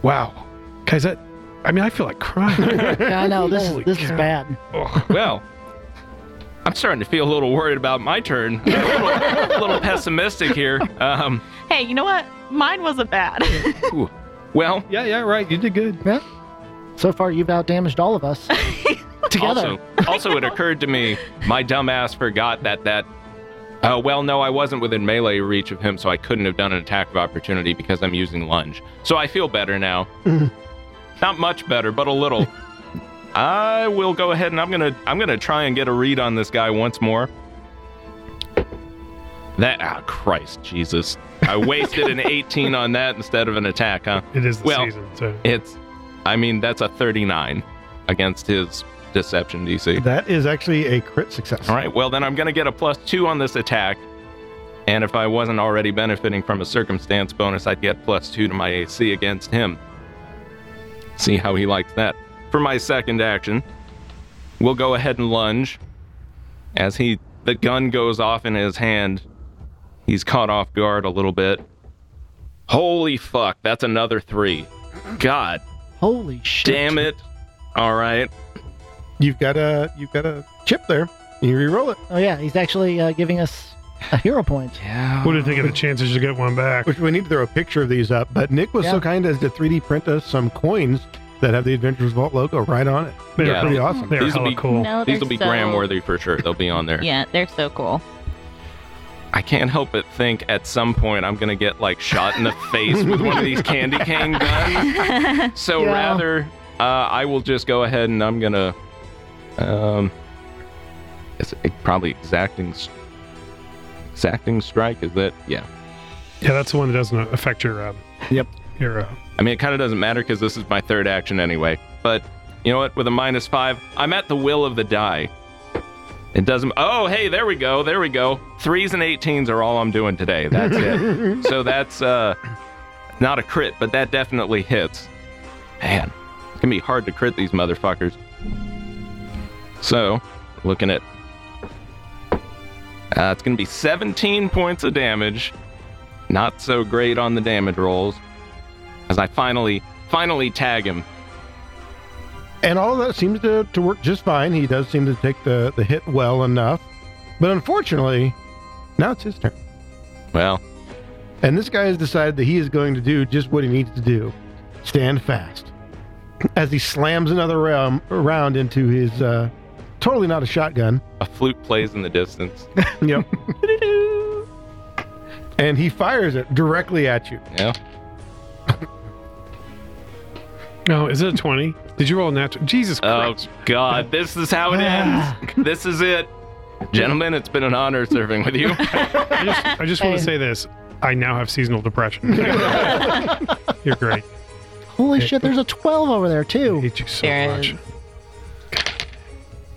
Speaker 5: Wow, guys, that. I mean, I feel like crying.
Speaker 9: Yeah, I know this is
Speaker 5: Holy
Speaker 9: this is
Speaker 5: cow.
Speaker 9: bad.
Speaker 5: Ugh.
Speaker 10: Well, I'm starting to feel a little worried about my turn. a, little, a little pessimistic here. Um,
Speaker 11: Hey, you know what? Mine wasn't bad.
Speaker 10: ooh. well,
Speaker 5: yeah, yeah, right. You did good.
Speaker 9: Yeah. So far, you've outdamaged all of us together.
Speaker 10: also, also it occurred to me, my dumb ass forgot that that. Uh, well, no, I wasn't within melee reach of him, so I couldn't have done an attack of opportunity because I'm using lunge. So I feel better now. Not much better, but a little. I will go ahead and I'm gonna I'm gonna try and get a read on this guy once more. That ah Christ Jesus. I wasted an 18 on that instead of an attack, huh?
Speaker 5: It is the
Speaker 10: Well,
Speaker 5: season. So
Speaker 10: It's I mean that's a 39 against his deception DC.
Speaker 1: That is actually a crit success.
Speaker 10: All right. Well, then I'm going to get a plus two on this attack. And if I wasn't already benefiting from a circumstance bonus, I'd get plus two to my AC against him. See how he likes that. For my second action, we'll go ahead and lunge. As he the gun goes off in his hand, he's caught off guard a little bit. Holy fuck, that's another three. God
Speaker 9: Holy shit!
Speaker 10: damn it. All right.
Speaker 1: You've got a you've got a chip there. You reroll it.
Speaker 9: Oh yeah, he's actually uh, giving us a hero point.
Speaker 5: what do you think of the chances to get one back?
Speaker 1: Which we need to throw a picture of these up. But Nick was so
Speaker 9: Yeah.
Speaker 1: kind as to 3D print us some coins that have the Adventures Vault logo right on it. They're
Speaker 10: Yeah.
Speaker 1: pretty awesome.
Speaker 5: They're
Speaker 10: These will
Speaker 5: hella
Speaker 10: be-
Speaker 5: cool.
Speaker 11: No,
Speaker 10: These
Speaker 11: they're
Speaker 10: will be
Speaker 11: so-
Speaker 10: gram worthy for sure. They'll be on there.
Speaker 11: Yeah, they're so cool.
Speaker 10: I can't help but think at some point I'm gonna get like shot in the face with one of these candy cane guns. So
Speaker 9: Yeah.
Speaker 10: rather, uh, I will just go ahead and I'm gonna, um, it's it, probably exacting, s- exacting strike. Is that yeah?
Speaker 5: Yeah, that's the one that doesn't affect your. Um,
Speaker 9: Yep.
Speaker 5: Your. Uh,
Speaker 10: I mean, it kind of doesn't matter because this is my third action anyway. But you know what? With a minus five, I'm at the will of the die. It doesn't. Oh, hey, there we go. There we go. Threes and 18s are all I'm doing today. That's it. so that's uh, Not a crit, but that definitely hits. Man, it's gonna be hard to crit these motherfuckers. So, looking at. Uh, it's gonna be 17 points of damage. Not so great on the damage rolls. As I finally, finally tag him.
Speaker 1: And all of that seems to, to work just fine. He does seem to take the, the hit well enough. But unfortunately, now it's his turn.
Speaker 10: Well,
Speaker 1: And this guy has decided that he is going to do just what he needs to do stand fast. As he slams another round, round into his uh, totally not a shotgun.
Speaker 10: a flute plays in the distance.
Speaker 1: Yep. and he fires it directly at you.
Speaker 10: Yeah.
Speaker 5: No, is it a 20? Did you roll a natural? Jesus
Speaker 10: Oh
Speaker 5: Christ.
Speaker 10: God, this is how it ends. this is it, gentlemen. It's been an honor serving with you.
Speaker 5: I just, I just want to say this. I now have seasonal depression. You're great.
Speaker 9: Holy shit, there's a 12 over there, too.
Speaker 5: hate you so much.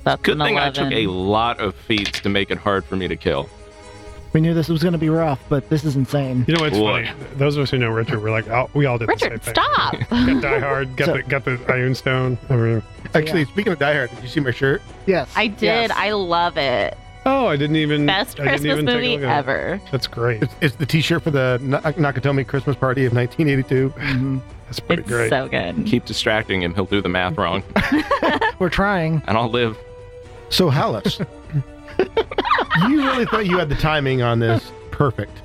Speaker 12: That's
Speaker 10: Good
Speaker 12: an
Speaker 10: thing I took
Speaker 12: 11.
Speaker 10: a lot of feats to make it hard for me to kill.
Speaker 9: We knew this was going to be rough, but this is insane.
Speaker 5: You know what's
Speaker 10: What?
Speaker 5: funny? Those of us who know Richard, we're like, oh, we all did
Speaker 4: Richard,
Speaker 5: the same
Speaker 4: stop.
Speaker 5: thing. Got Die Hard, got, the, got the Iron Stone. I mean,
Speaker 1: Actually, speaking of Die Hard, did you see my shirt?
Speaker 9: Yes.
Speaker 4: I did. I love it.
Speaker 5: oh, I didn't even.
Speaker 4: Best
Speaker 5: I didn't
Speaker 4: Christmas
Speaker 5: even take a
Speaker 4: movie
Speaker 5: look at it.
Speaker 4: ever.
Speaker 5: That's great.
Speaker 1: It's, it's the t shirt for the Na- Nakatomi Christmas party of 1982.
Speaker 5: That's pretty
Speaker 4: It's
Speaker 5: great.
Speaker 4: so good.
Speaker 10: Keep distracting him; he'll do the math wrong,
Speaker 9: We're trying.
Speaker 10: and I'll live.
Speaker 1: So, Hallis, you really thought you had the timing on this perfect,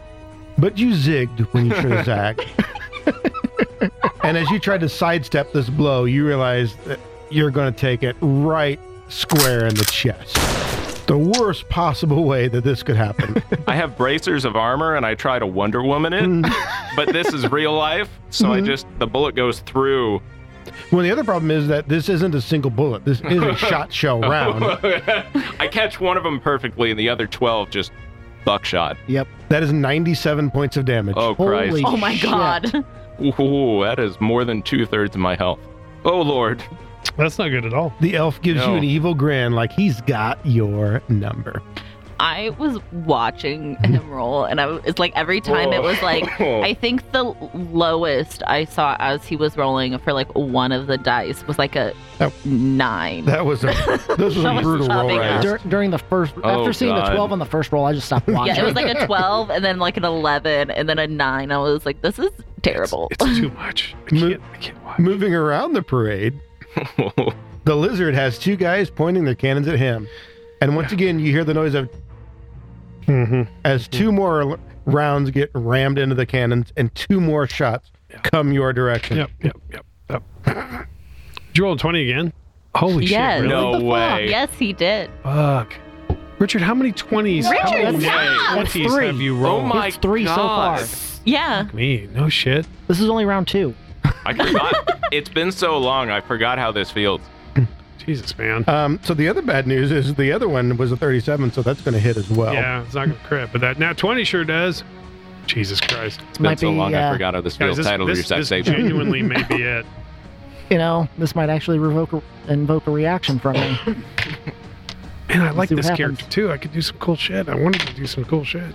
Speaker 1: but you zigged when you should have zagged. and as you tried to sidestep this blow, you realized that you're going to take it right square in the chest. The worst possible way that this could happen.
Speaker 10: I have bracers of armor, and I try to Wonder Woman it, but this is real life, so I just the bullet goes through.
Speaker 1: well, the other problem is that this isn't a single bullet. This is a shot shell round.
Speaker 10: I catch one of them perfectly, and the other twelve just buckshot.
Speaker 9: Yep.
Speaker 1: That is 97 points of damage.
Speaker 10: Oh Christ!
Speaker 9: Holy
Speaker 4: Oh my
Speaker 9: shit.
Speaker 4: god.
Speaker 10: Ooh, that is more than two thirds of my health. Oh Lord.
Speaker 5: That's not good at all.
Speaker 1: The elf gives
Speaker 10: No.
Speaker 1: you an evil grin like he's got your number.
Speaker 4: I was watching him roll, and I was, it's like every time it was like I think the lowest I saw as he was rolling for like one of the dice was like a
Speaker 1: That-
Speaker 4: nine.
Speaker 1: That was a this was a
Speaker 4: Someone's
Speaker 1: brutal roll.
Speaker 4: chopping
Speaker 1: right?
Speaker 4: up.
Speaker 9: Dur- during the first,
Speaker 10: Oh,
Speaker 9: after seeing
Speaker 10: God.
Speaker 9: the 12 on the first roll, I just stopped watching.
Speaker 4: yeah, it was like a twelve, and then like an eleven, and then a nine. I was like, this is terrible.
Speaker 5: It's too much. I
Speaker 1: Mo-
Speaker 5: can't, I can't watch.
Speaker 1: Moving around the parade, the lizard has two guys pointing their cannons at him. And once again, you hear the noise of as two more l- rounds get rammed into the cannons and two more shots come your direction.
Speaker 5: Yep, yep, yep, yep. Did you roll a 20 again? Holy
Speaker 4: Yes.
Speaker 5: shit. Really?
Speaker 10: No way.
Speaker 4: Oh, yes, he did.
Speaker 5: Fuck. Richard, how many 20s? how
Speaker 4: Richard,
Speaker 5: many
Speaker 4: stop!
Speaker 5: 20s have you
Speaker 10: Oh
Speaker 5: rolled?
Speaker 10: my
Speaker 9: It's three so
Speaker 10: God.
Speaker 9: far.
Speaker 4: Yeah.
Speaker 5: Me, no shit.
Speaker 9: This is only round two.
Speaker 10: I forgot. it's been so long. I forgot how this feels.
Speaker 5: Jesus, man.
Speaker 1: Um, so the other bad news is the other one was a 37, so that's going to hit as
Speaker 10: Oh.
Speaker 1: well.
Speaker 5: Yeah, it's not gonna crit, but that nat 20 sure does. Jesus Christ.
Speaker 10: It's been
Speaker 9: Might
Speaker 10: so
Speaker 9: be,
Speaker 10: long. I
Speaker 9: uh,
Speaker 10: forgot how this feels.
Speaker 5: Guys, this,
Speaker 10: Title of your
Speaker 5: this, this
Speaker 10: sex tape.
Speaker 5: genuinely may be it.
Speaker 9: You know, this might actually revoke a, invoke a reaction from me.
Speaker 5: And I like
Speaker 9: see what
Speaker 5: this
Speaker 9: happens.
Speaker 5: character too. I could do some cool shit. I wanted to do some cool shit.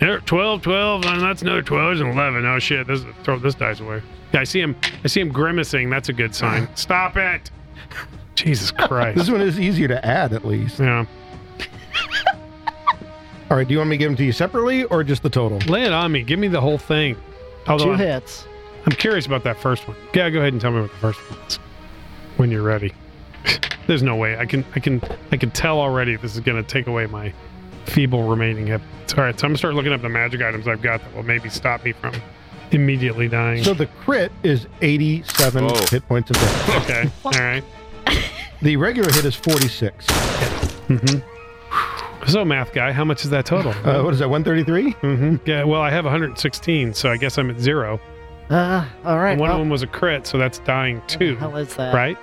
Speaker 5: There, 12, 12, and that's another 12 There's an 11. Oh shit, this, throw this dice away. Yeah, I see him. I see him grimacing. That's a good sign. Stop it. Jesus Christ.
Speaker 1: This one is easier to add, at least.
Speaker 5: yeah.
Speaker 1: All right, do you want me to give them to you separately or just the total?
Speaker 5: Lay it on me. Give me the whole thing. Although
Speaker 9: two
Speaker 5: I'm,
Speaker 9: hits.
Speaker 5: I'm curious about that first one. Yeah, go ahead and tell me what the first one is when you're ready. There's no way I can I can I can tell already this is gonna take away my feeble remaining hit. All right, so I'm gonna start looking up the magic items I've got that will maybe stop me from immediately dying.
Speaker 1: So the crit is 87
Speaker 10: Whoa.
Speaker 1: hit points of damage.
Speaker 5: okay, all right.
Speaker 1: The regular hit is 46.
Speaker 5: Mm-hmm. So math guy, how much is that total?
Speaker 1: Uh, what is that, 133?
Speaker 5: mm-hmm. Yeah, well I have 116, so I guess I'm at zero.
Speaker 9: Uh, all right.
Speaker 5: And one
Speaker 9: well,
Speaker 5: of them was a crit, so that's dying two,
Speaker 9: How is that?
Speaker 5: right?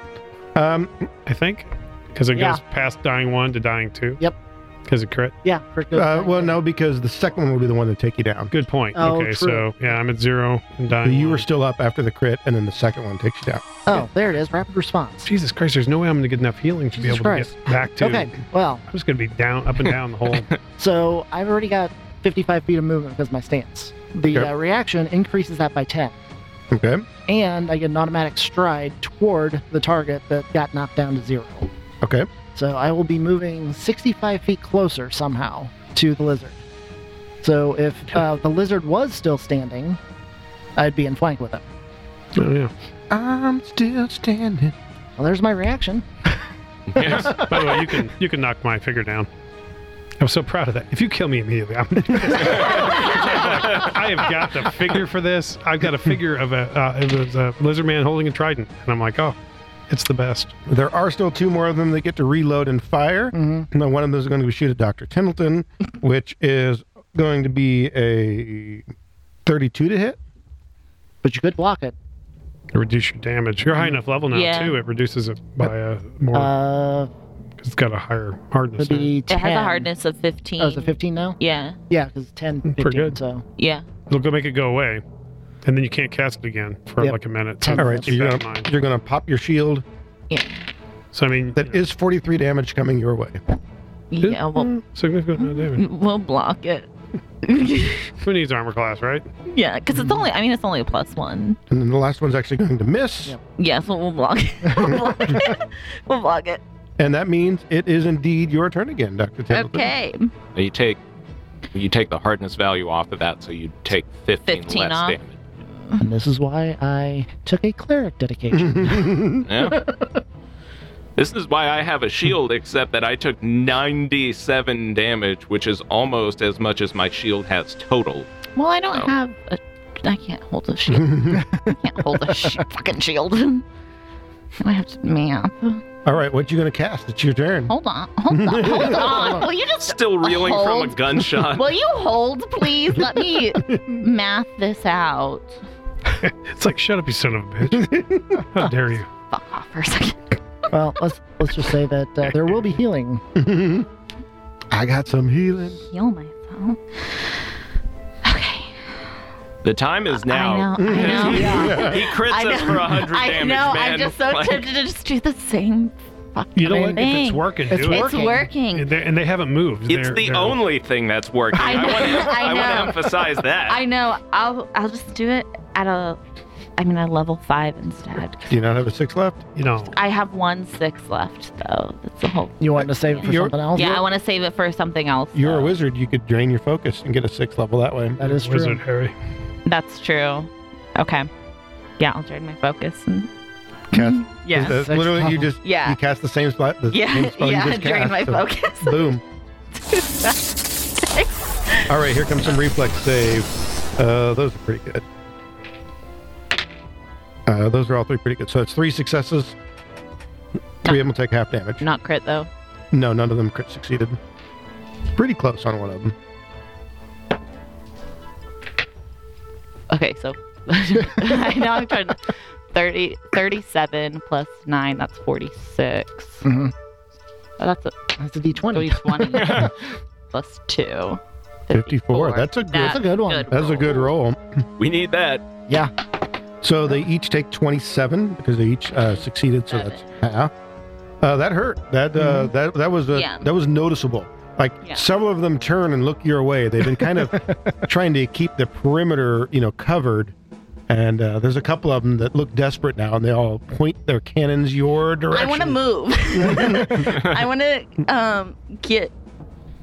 Speaker 1: Um,
Speaker 5: I think because it
Speaker 9: Yeah.
Speaker 5: goes past dying one to dying two.
Speaker 9: Yep.
Speaker 5: Because it crit.
Speaker 9: Yeah. pretty good.
Speaker 1: Uh, well, no, because the second one will be the one that take you down.
Speaker 5: Good point.
Speaker 9: Oh,
Speaker 5: okay,
Speaker 9: true.
Speaker 5: so yeah, I'm at zero and
Speaker 1: So
Speaker 5: dying.
Speaker 1: you were
Speaker 5: one.
Speaker 1: still up after the crit, and then the second one takes you down.
Speaker 9: Oh, there it is. Rapid response.
Speaker 5: Jesus Christ, there's no way I'm going to get enough healing to be able
Speaker 9: Jesus
Speaker 5: to
Speaker 9: Christ.
Speaker 5: get back to.
Speaker 9: Okay. Well,
Speaker 5: I'm just going to be down, up and down the whole.
Speaker 9: so I've already got 55 feet of movement because of my stance. The
Speaker 1: Okay.
Speaker 9: uh, reaction increases that by 10.
Speaker 1: Okay.
Speaker 9: and I get an automatic stride toward the target that got knocked down to zero.
Speaker 1: Okay.
Speaker 9: So I will be moving 65 feet closer somehow to the lizard. So if uh, the lizard was still standing, I'd be in flank with him.
Speaker 5: Oh, yeah.
Speaker 1: I'm still standing.
Speaker 9: Well, there's my reaction.
Speaker 5: Yes. By the way, you can you can knock my figure down. I'm so proud of that. If you kill me immediately, I'm. I have got the figure for this. I've got a figure of a uh, it was a lizard man holding a trident, and I'm like, oh, it's the best.
Speaker 1: There are still two more of them that get to reload and fire. And then one of them is going to shoot at Dr. Tendleton, which is going to be a 32 to hit.
Speaker 9: But you could block it.
Speaker 5: Reduce your damage. You're high enough level now
Speaker 4: Yeah.
Speaker 5: too. It reduces it by a more.
Speaker 9: Mm. Uh,
Speaker 5: it's got a higher hardness. now.
Speaker 4: It has a hardness of 15.
Speaker 9: Oh, is it 15 now?
Speaker 4: Yeah.
Speaker 9: Yeah, because 10, 15,
Speaker 5: Mm, Pretty good.
Speaker 9: so.
Speaker 4: Yeah.
Speaker 5: It'll go make it go away, and then you can't cast it again for
Speaker 9: Yep.
Speaker 5: like a minute.
Speaker 1: All right, so
Speaker 5: keep
Speaker 1: you're
Speaker 5: that in
Speaker 1: gonna,
Speaker 5: mind.
Speaker 1: you're gonna pop your shield.
Speaker 4: Yeah.
Speaker 5: So I mean,
Speaker 1: that is 43 damage coming your way.
Speaker 4: Yeah, well,
Speaker 5: Hmm,
Speaker 4: hmm,
Speaker 5: significant amount of damage.
Speaker 4: we'll block it. hmm.
Speaker 5: Who needs armor class, right?
Speaker 4: Yeah, because it's only, I mean, it's only a plus one.
Speaker 1: And then the last one's actually going to miss,
Speaker 4: Yeah, so we'll block it. we'll block it. We'll block it.
Speaker 1: and that means it is indeed your turn again, Doctor Tendleton.
Speaker 4: Okay.
Speaker 10: You take you take the hardness value off of that, so you take 15,
Speaker 4: 15
Speaker 10: less
Speaker 4: off.
Speaker 10: damage.
Speaker 9: And this is why I took a cleric dedication.
Speaker 10: Yeah. this is why I have a shield, except that I took 97 damage, which is almost as much as my shield has total.
Speaker 4: Well, I don't
Speaker 10: Oh.
Speaker 4: have a. I can't hold a shield. I can't hold a sh- fucking shield. I have to map.
Speaker 1: All right, what you gonna cast? It's your turn.
Speaker 4: Hold on. Hold on. Hold on. Will you just
Speaker 10: Still reeling from a
Speaker 4: Hold.
Speaker 10: gunshot.
Speaker 4: Will you hold, please? Let me math this out.
Speaker 5: It's like, shut up, you son of a bitch! How dare you?
Speaker 4: Fuck off for a second.
Speaker 9: well, let's let's just say that uh, there will be healing.
Speaker 1: I got some healing.
Speaker 4: Heal myself.
Speaker 10: The time is now.
Speaker 4: I know. I know.
Speaker 10: he crits
Speaker 4: I know.
Speaker 10: us for 100
Speaker 4: I
Speaker 10: damage,
Speaker 4: know.
Speaker 10: man.
Speaker 4: I'm just so
Speaker 10: Like,
Speaker 4: tempted to just do the same fucking
Speaker 5: You know what?
Speaker 4: thing.
Speaker 5: If it's working,
Speaker 4: it's
Speaker 5: do it.
Speaker 4: It's working.
Speaker 5: And, they, and they haven't moved.
Speaker 10: It's
Speaker 5: They're-
Speaker 10: the
Speaker 5: they're-
Speaker 10: only thing that's working.
Speaker 4: I
Speaker 10: I,
Speaker 4: know,
Speaker 10: want to
Speaker 4: I
Speaker 10: I
Speaker 4: know.
Speaker 10: want to emphasize that.
Speaker 4: I know. I'll I'll just do it at a. I mean, a level five instead.
Speaker 1: Do you not have a six left?
Speaker 5: You know,
Speaker 4: I have one six left though. That's the whole.
Speaker 9: You want to save it for
Speaker 1: You're-
Speaker 9: something else?
Speaker 4: Yeah, I want to save it for something else.
Speaker 1: You're a wizard. You could drain your focus and get a six level that way.
Speaker 9: That is
Speaker 5: Wizard
Speaker 9: true.
Speaker 5: Harry.
Speaker 4: That's true. Okay. Yeah, I'll drain my focus. And...
Speaker 1: Cast.
Speaker 4: Yeah.
Speaker 1: that's
Speaker 9: Six
Speaker 1: literally you
Speaker 9: level.
Speaker 1: just
Speaker 4: Yeah.
Speaker 1: you cast the same spot. The same
Speaker 4: Yeah,
Speaker 1: spell you
Speaker 4: yeah,
Speaker 1: just
Speaker 4: drain
Speaker 1: cast,
Speaker 4: my
Speaker 1: so
Speaker 4: focus.
Speaker 1: Boom. All right, here comes some reflex save. Uh, those are pretty good. Uh, those are all three pretty good. So it's three successes. Three of them will take half damage.
Speaker 4: Not crit though.
Speaker 1: No, none of them crit succeeded. Pretty close on one of them.
Speaker 4: Okay, so I know I'm trying to 30, 37 plus 9, that's 46.
Speaker 1: Mm-hmm.
Speaker 9: Mhm.
Speaker 4: Oh, that's a
Speaker 9: That's a D20.
Speaker 4: 320 plus 2.
Speaker 1: 54. That's a good.
Speaker 4: That's
Speaker 9: a good one.
Speaker 1: That's a good roll.
Speaker 10: We need that.
Speaker 9: Yeah.
Speaker 1: So they each take 27 because they each uh, succeeded. So that's half. Uh, that hurt. That uh, that that was a,
Speaker 4: Mm-hmm. Yeah.
Speaker 1: that was noticeable. Like
Speaker 4: Yeah.
Speaker 1: several of them turn and look your way. They've been kind of trying to keep the perimeter, you know, covered. And uh, there's a couple of them that look desperate now, and they all point their cannons your direction.
Speaker 4: I want to move. I want to um get.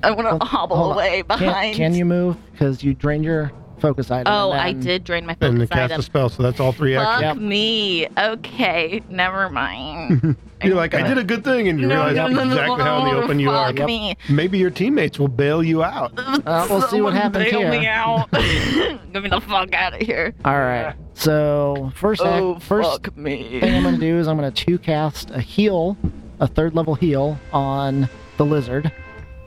Speaker 4: I want to hobble
Speaker 9: Oh, hold on.
Speaker 4: away
Speaker 9: Can,
Speaker 4: behind.
Speaker 9: can you move? Because you drained your focus item.
Speaker 4: Oh,
Speaker 9: and
Speaker 4: I
Speaker 9: then-
Speaker 4: did drain my
Speaker 1: And they
Speaker 4: focus
Speaker 1: cast
Speaker 4: item.
Speaker 1: a spell, so that's all three
Speaker 4: Fuck
Speaker 1: actions.
Speaker 9: Yep.
Speaker 4: me. Okay, never mind.
Speaker 1: You're like, I did a good thing, and you
Speaker 4: No,
Speaker 1: realize
Speaker 4: no, no, no,
Speaker 1: exactly how in
Speaker 4: no,
Speaker 1: the open you are.
Speaker 4: fuck me.
Speaker 1: Maybe your teammates will bail you out.
Speaker 9: Uh, we'll see
Speaker 4: Someone
Speaker 9: what happens
Speaker 4: bail me
Speaker 9: here.
Speaker 4: out. Get me the fuck out of here.
Speaker 9: All right. So first, act-
Speaker 4: Oh,
Speaker 9: first
Speaker 4: fuck me.
Speaker 9: thing I'm gonna do is I'm gonna two cast a heal, a third level heal on the lizard,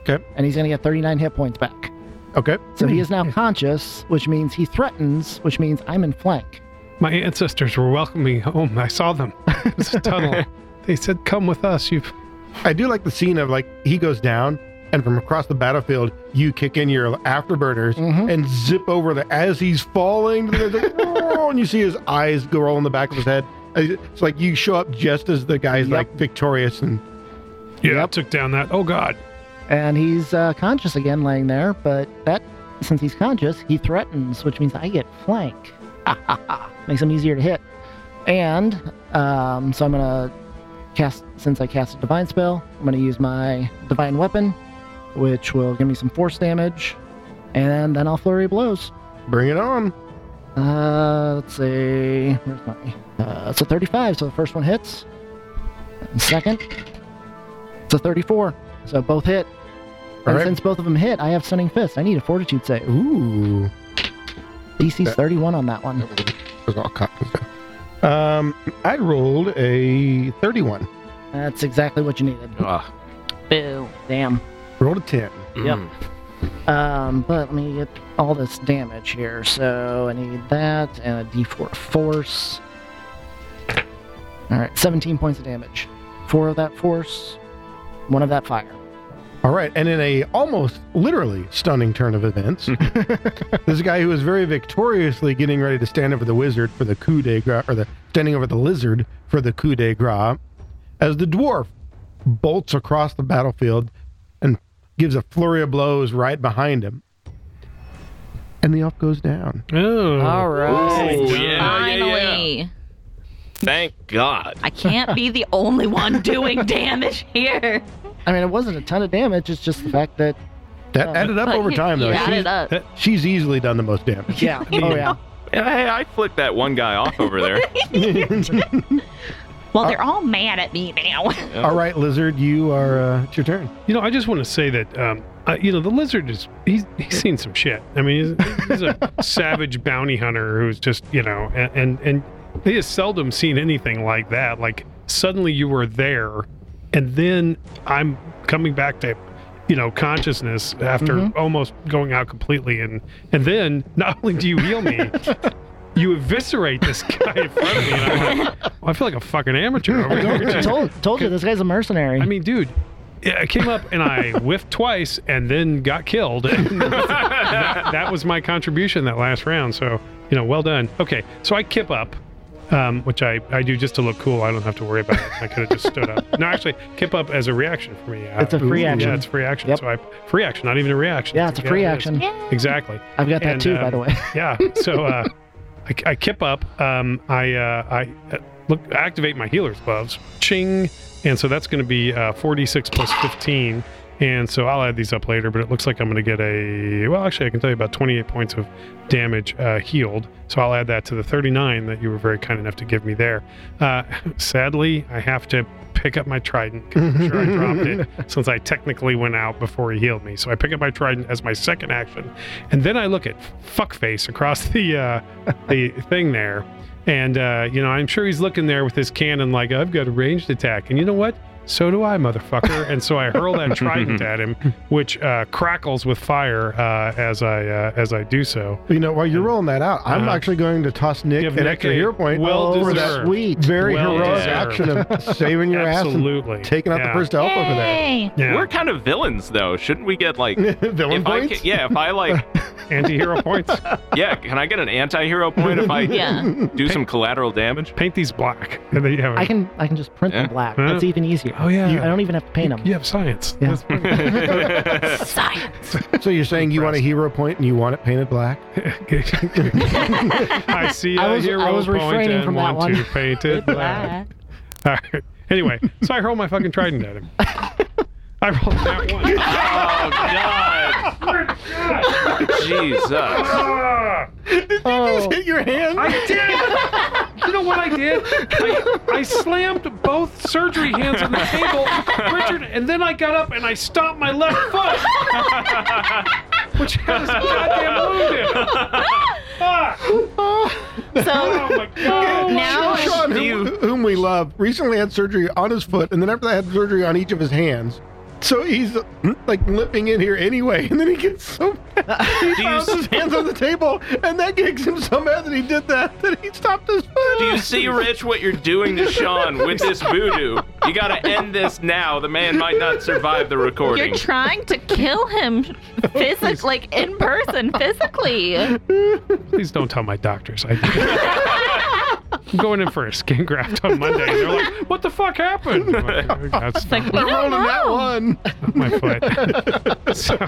Speaker 1: Okay.
Speaker 9: and he's gonna get 39 hit points back.
Speaker 1: Okay.
Speaker 9: So he is now conscious, which means he threatens, which means I'm in flank.
Speaker 5: My ancestors were welcoming home. I saw them. It was a tunnel. they said, "Come with us." You've
Speaker 1: I do like the scene of like he goes down, and from across the battlefield, you kick in your afterburners and zip over the as he's falling, there's like, "Oh," and you see his eyes go roll in the back of his head. Uh, It's like you show up just as the guy's like victorious, and
Speaker 5: yeah took down that. Oh God.
Speaker 9: And he's uh, conscious again, laying there. But that, since he's conscious, he threatens, which means I get flank. Makes them easier to hit. And um, so I'm gonna cast since I cast a divine spell, I'm gonna use my divine weapon, which will give me some force damage, and then I'll flurry of blows.
Speaker 1: Bring it on.
Speaker 9: Uh, let's see. Where's my? Uh, so 35. So the first one hits. And second, it's a 34. So both hit.
Speaker 1: All
Speaker 9: and
Speaker 1: right.
Speaker 9: since both of them hit, I have stunning fist. I need a fortitude save.
Speaker 1: Ooh.
Speaker 9: DC's 31 on that one.
Speaker 1: Um, I rolled a 31.
Speaker 9: That's exactly what you needed.
Speaker 5: Oh.
Speaker 10: Ah,
Speaker 4: Boo.
Speaker 9: Damn.
Speaker 1: Rolled a 10.
Speaker 5: Mm.
Speaker 9: Yep. Um, but let me get all this damage here. So I need that and a D4 force. All right, 17 points of damage. Four of that force, one of that fire.
Speaker 1: All right, and in a almost literally stunning turn of events, this guy who is very victoriously getting ready to stand over the wizard for the coup de grace, or the standing over the lizard for the coup de grace, as the dwarf bolts across the battlefield and gives a flurry of blows right behind him, and the elf goes down.
Speaker 5: Oh,
Speaker 4: All right.
Speaker 10: Ooh, yeah, yeah, yeah.
Speaker 4: Finally.
Speaker 10: Thank God.
Speaker 4: I can't be the only one doing damage here.
Speaker 9: I mean, it wasn't a ton of damage. It's just the fact that.
Speaker 1: That added up
Speaker 4: But
Speaker 1: over
Speaker 4: he-
Speaker 1: time, though.
Speaker 4: he
Speaker 1: She's-
Speaker 4: added up.
Speaker 1: that- she's easily done the most damage.
Speaker 9: Yeah. oh, yeah.
Speaker 10: Yeah, Hey, I flicked that one guy off over there.
Speaker 4: Well, they're all mad at me now.
Speaker 1: All right, lizard, you are. Uh, it's your turn.
Speaker 5: You know, I just want to say that, um, uh, you know, the lizard is, he's, he's seen some shit. I mean, he's, he's a savage bounty hunter who's just, you know, and, and, and he has seldom seen anything like that. Like, suddenly you were there, and then I'm coming back to, you know, consciousness after almost going out completely. And, and then not only do you heal me, you eviscerate this guy in front of me. And I'm like, well, I feel like a fucking amateur over here.
Speaker 9: I told, told you this guy's a mercenary.
Speaker 5: I mean, dude, yeah, I came up and I whiffed twice and then got killed. that, that was my contribution that last round. So, you know, well done. Okay, so I kip up, um, which I, I do just to look cool. I don't have to worry about it. I could have just stood up. No, actually, kip up as a reaction for me.
Speaker 9: It's a free action.
Speaker 5: Yeah, it's free action. So I free action, not even a reaction.
Speaker 9: yeah, it's a free
Speaker 5: it is.
Speaker 9: action.
Speaker 5: Exactly.
Speaker 9: I've got that
Speaker 5: And,
Speaker 9: too, by
Speaker 5: um,
Speaker 9: the way.
Speaker 5: yeah. So uh, I, I kip up. Um, I uh, I uh, look I activate my healer's gloves. Ching, and so that's going to be uh, 46 plus 15. And so I'll add these up later, but it looks like I'm going to get a well. Actually, I can tell you about 28 points of damage uh, healed. So I'll add that to the 39 that you were very kind enough to give me there. Uh, sadly, I have to pick up my trident. 'cause I'm sure I dropped it since I technically went out before he healed me. So I pick up my trident as my second action, and then I look at fuckface across the uh, the thing there, and uh, you know I'm sure he's looking there with his cannon like I've got a ranged attack, and you know what? So do I, motherfucker. And so I hurl that trident at him, which uh, crackles with fire uh, as I uh, as I do so.
Speaker 1: You know, while you're rolling that out, I'm
Speaker 5: Uh-huh.
Speaker 1: actually going to toss Nick
Speaker 5: Give
Speaker 1: an
Speaker 5: Nick
Speaker 1: extra
Speaker 5: a
Speaker 1: hero point
Speaker 5: well
Speaker 1: for that
Speaker 5: deserved.
Speaker 9: Sweet.
Speaker 1: very
Speaker 5: Well
Speaker 1: heroic action
Speaker 5: deserved.
Speaker 1: of saving your ass and
Speaker 5: Absolutely
Speaker 1: taking out
Speaker 5: Yeah.
Speaker 1: the first elf over there.
Speaker 4: Hey.
Speaker 5: Yeah.
Speaker 10: We're kind of villains, though. Shouldn't we get like
Speaker 1: Villain
Speaker 10: if I
Speaker 1: points?
Speaker 10: ca- yeah, if I like,
Speaker 5: anti-hero points.
Speaker 10: yeah, can I get an anti-hero point if I
Speaker 4: Yeah.
Speaker 10: do some collateral damage?
Speaker 5: Paint these black, and then you have. a-
Speaker 9: I can I can just print
Speaker 10: Yeah.
Speaker 9: them black.
Speaker 5: Huh?
Speaker 9: That's even easier.
Speaker 5: Oh yeah.
Speaker 9: You- I don't even have to paint them.
Speaker 5: You have science.
Speaker 9: Yeah.
Speaker 5: That's-
Speaker 4: Science.
Speaker 1: So you're saying you want a hero point and you want it painted black?
Speaker 5: I see
Speaker 9: I
Speaker 5: a
Speaker 9: was-
Speaker 5: hero
Speaker 9: I was
Speaker 5: point
Speaker 9: refraining
Speaker 5: and
Speaker 9: from that
Speaker 5: want
Speaker 9: one.
Speaker 5: to paint it black. All right. Anyway, so I hurl my fucking trident at him. I rolled that one.
Speaker 10: Oh God! Jesus!
Speaker 9: Oh,
Speaker 1: Hit your hand?
Speaker 5: Ah! I did. You know what I did? I, I slammed both surgery hands on the table, Richard, and then I got up and I stomped my left foot, which had his goddamn wound in. it. Fuck!
Speaker 4: So
Speaker 5: Oh my god!
Speaker 4: now
Speaker 1: Sean, Sean, whom, whom we love, recently had surgery on his foot, and then after that had surgery on each of his hands. So he's uh, like limping in here anyway, and then he gets so mad. He throws his hands on the table, and that gives him so mad that he did that that he stopped his foot.
Speaker 10: Do you see, Rich, what you're doing to Sean with this voodoo? You gotta end this now. The man might not survive the recording.
Speaker 4: you're trying to kill him physically, like in person, physically.
Speaker 5: Please don't tell my doctors. I I'm going in for a skin graft on Monday. and They're like, "What the fuck happened?" I'm like, That's
Speaker 4: Like, we don't
Speaker 5: not
Speaker 4: know.
Speaker 1: One.
Speaker 5: my foot. so,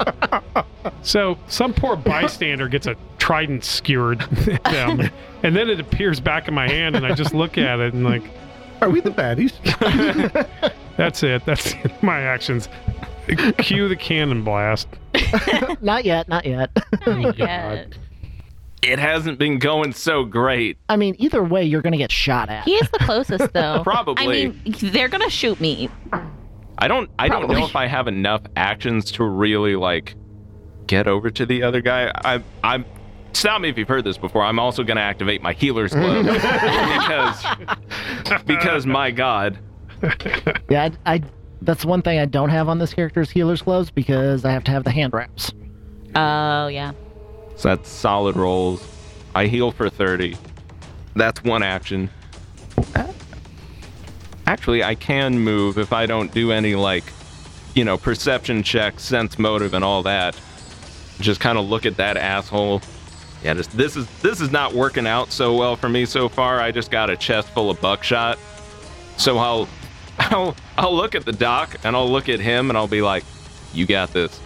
Speaker 5: so some poor bystander gets a trident skewered at them. and then it appears back in my hand, and I just look at it and like,
Speaker 1: are we the baddies?
Speaker 5: that's it. That's my actions. Cue the cannon blast.
Speaker 9: not yet, not yet.
Speaker 11: Not yet.
Speaker 10: It hasn't been going so great.
Speaker 9: I mean, either way, you're gonna get shot at.
Speaker 11: He is the closest, though.
Speaker 10: Probably.
Speaker 11: I mean, they're gonna shoot me.
Speaker 10: I don't. I don't know
Speaker 11: Probably.
Speaker 10: if I have enough actions to really like get over to the other guy. I. I'm. Stop me if you've heard this before. I'm also going to activate my healer's glow because because my god.
Speaker 9: Yeah, I, I. That's one thing I don't have on this character's healer's gloves because I have to have the hand wraps.
Speaker 11: Oh yeah.
Speaker 10: So that's solid rolls. I heal for 30. That's one action. Actually, I can move if I don't do any, like, you know, perception checks, sense motive, and all that. Just kind of look at that asshole. Yeah, just, this is this is not working out so well for me so far. I just got a chest full of buckshot, so I'll I'll I'll look at the doc and I'll look at him and I'll be like, "You got this."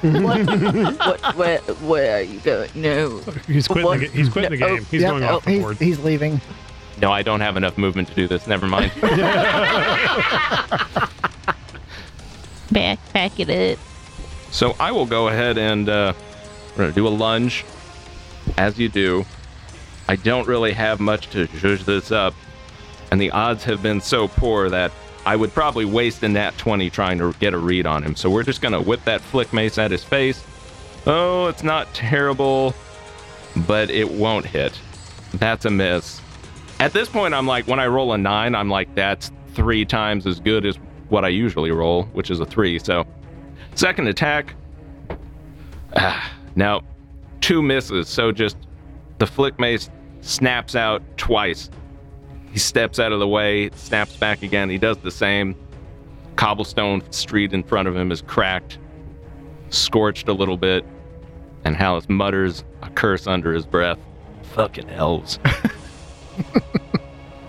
Speaker 4: what, where, where are you going? No.
Speaker 5: He's quitting the ga- he's quitting the game. He's
Speaker 9: Yep,
Speaker 5: going
Speaker 9: oh,
Speaker 5: off the
Speaker 9: he's,
Speaker 5: board.
Speaker 9: he's leaving.
Speaker 10: No, I don't have enough movement to do this. Never mind.
Speaker 11: Back, back it up.
Speaker 10: So I will go ahead and uh, we're gonna do a lunge, as you do. I don't really have much to zhuzh this up, and the odds have been so poor that I would probably waste a nat 20 trying to get a read on him. So we're just gonna whip that flick mace at his face. Oh, it's not terrible, but it won't hit. That's a miss. At this point, I'm like, when I roll a nine, I'm like, that's three times as good as what I usually roll, which is a three. So Second attack. Ah, now, two misses. So just the flick mace snaps out twice. He steps out of the way, snaps back again. He does the same. Cobblestone street in front of him is cracked, scorched a little bit, and Hallis mutters a curse under his breath. Fucking elves.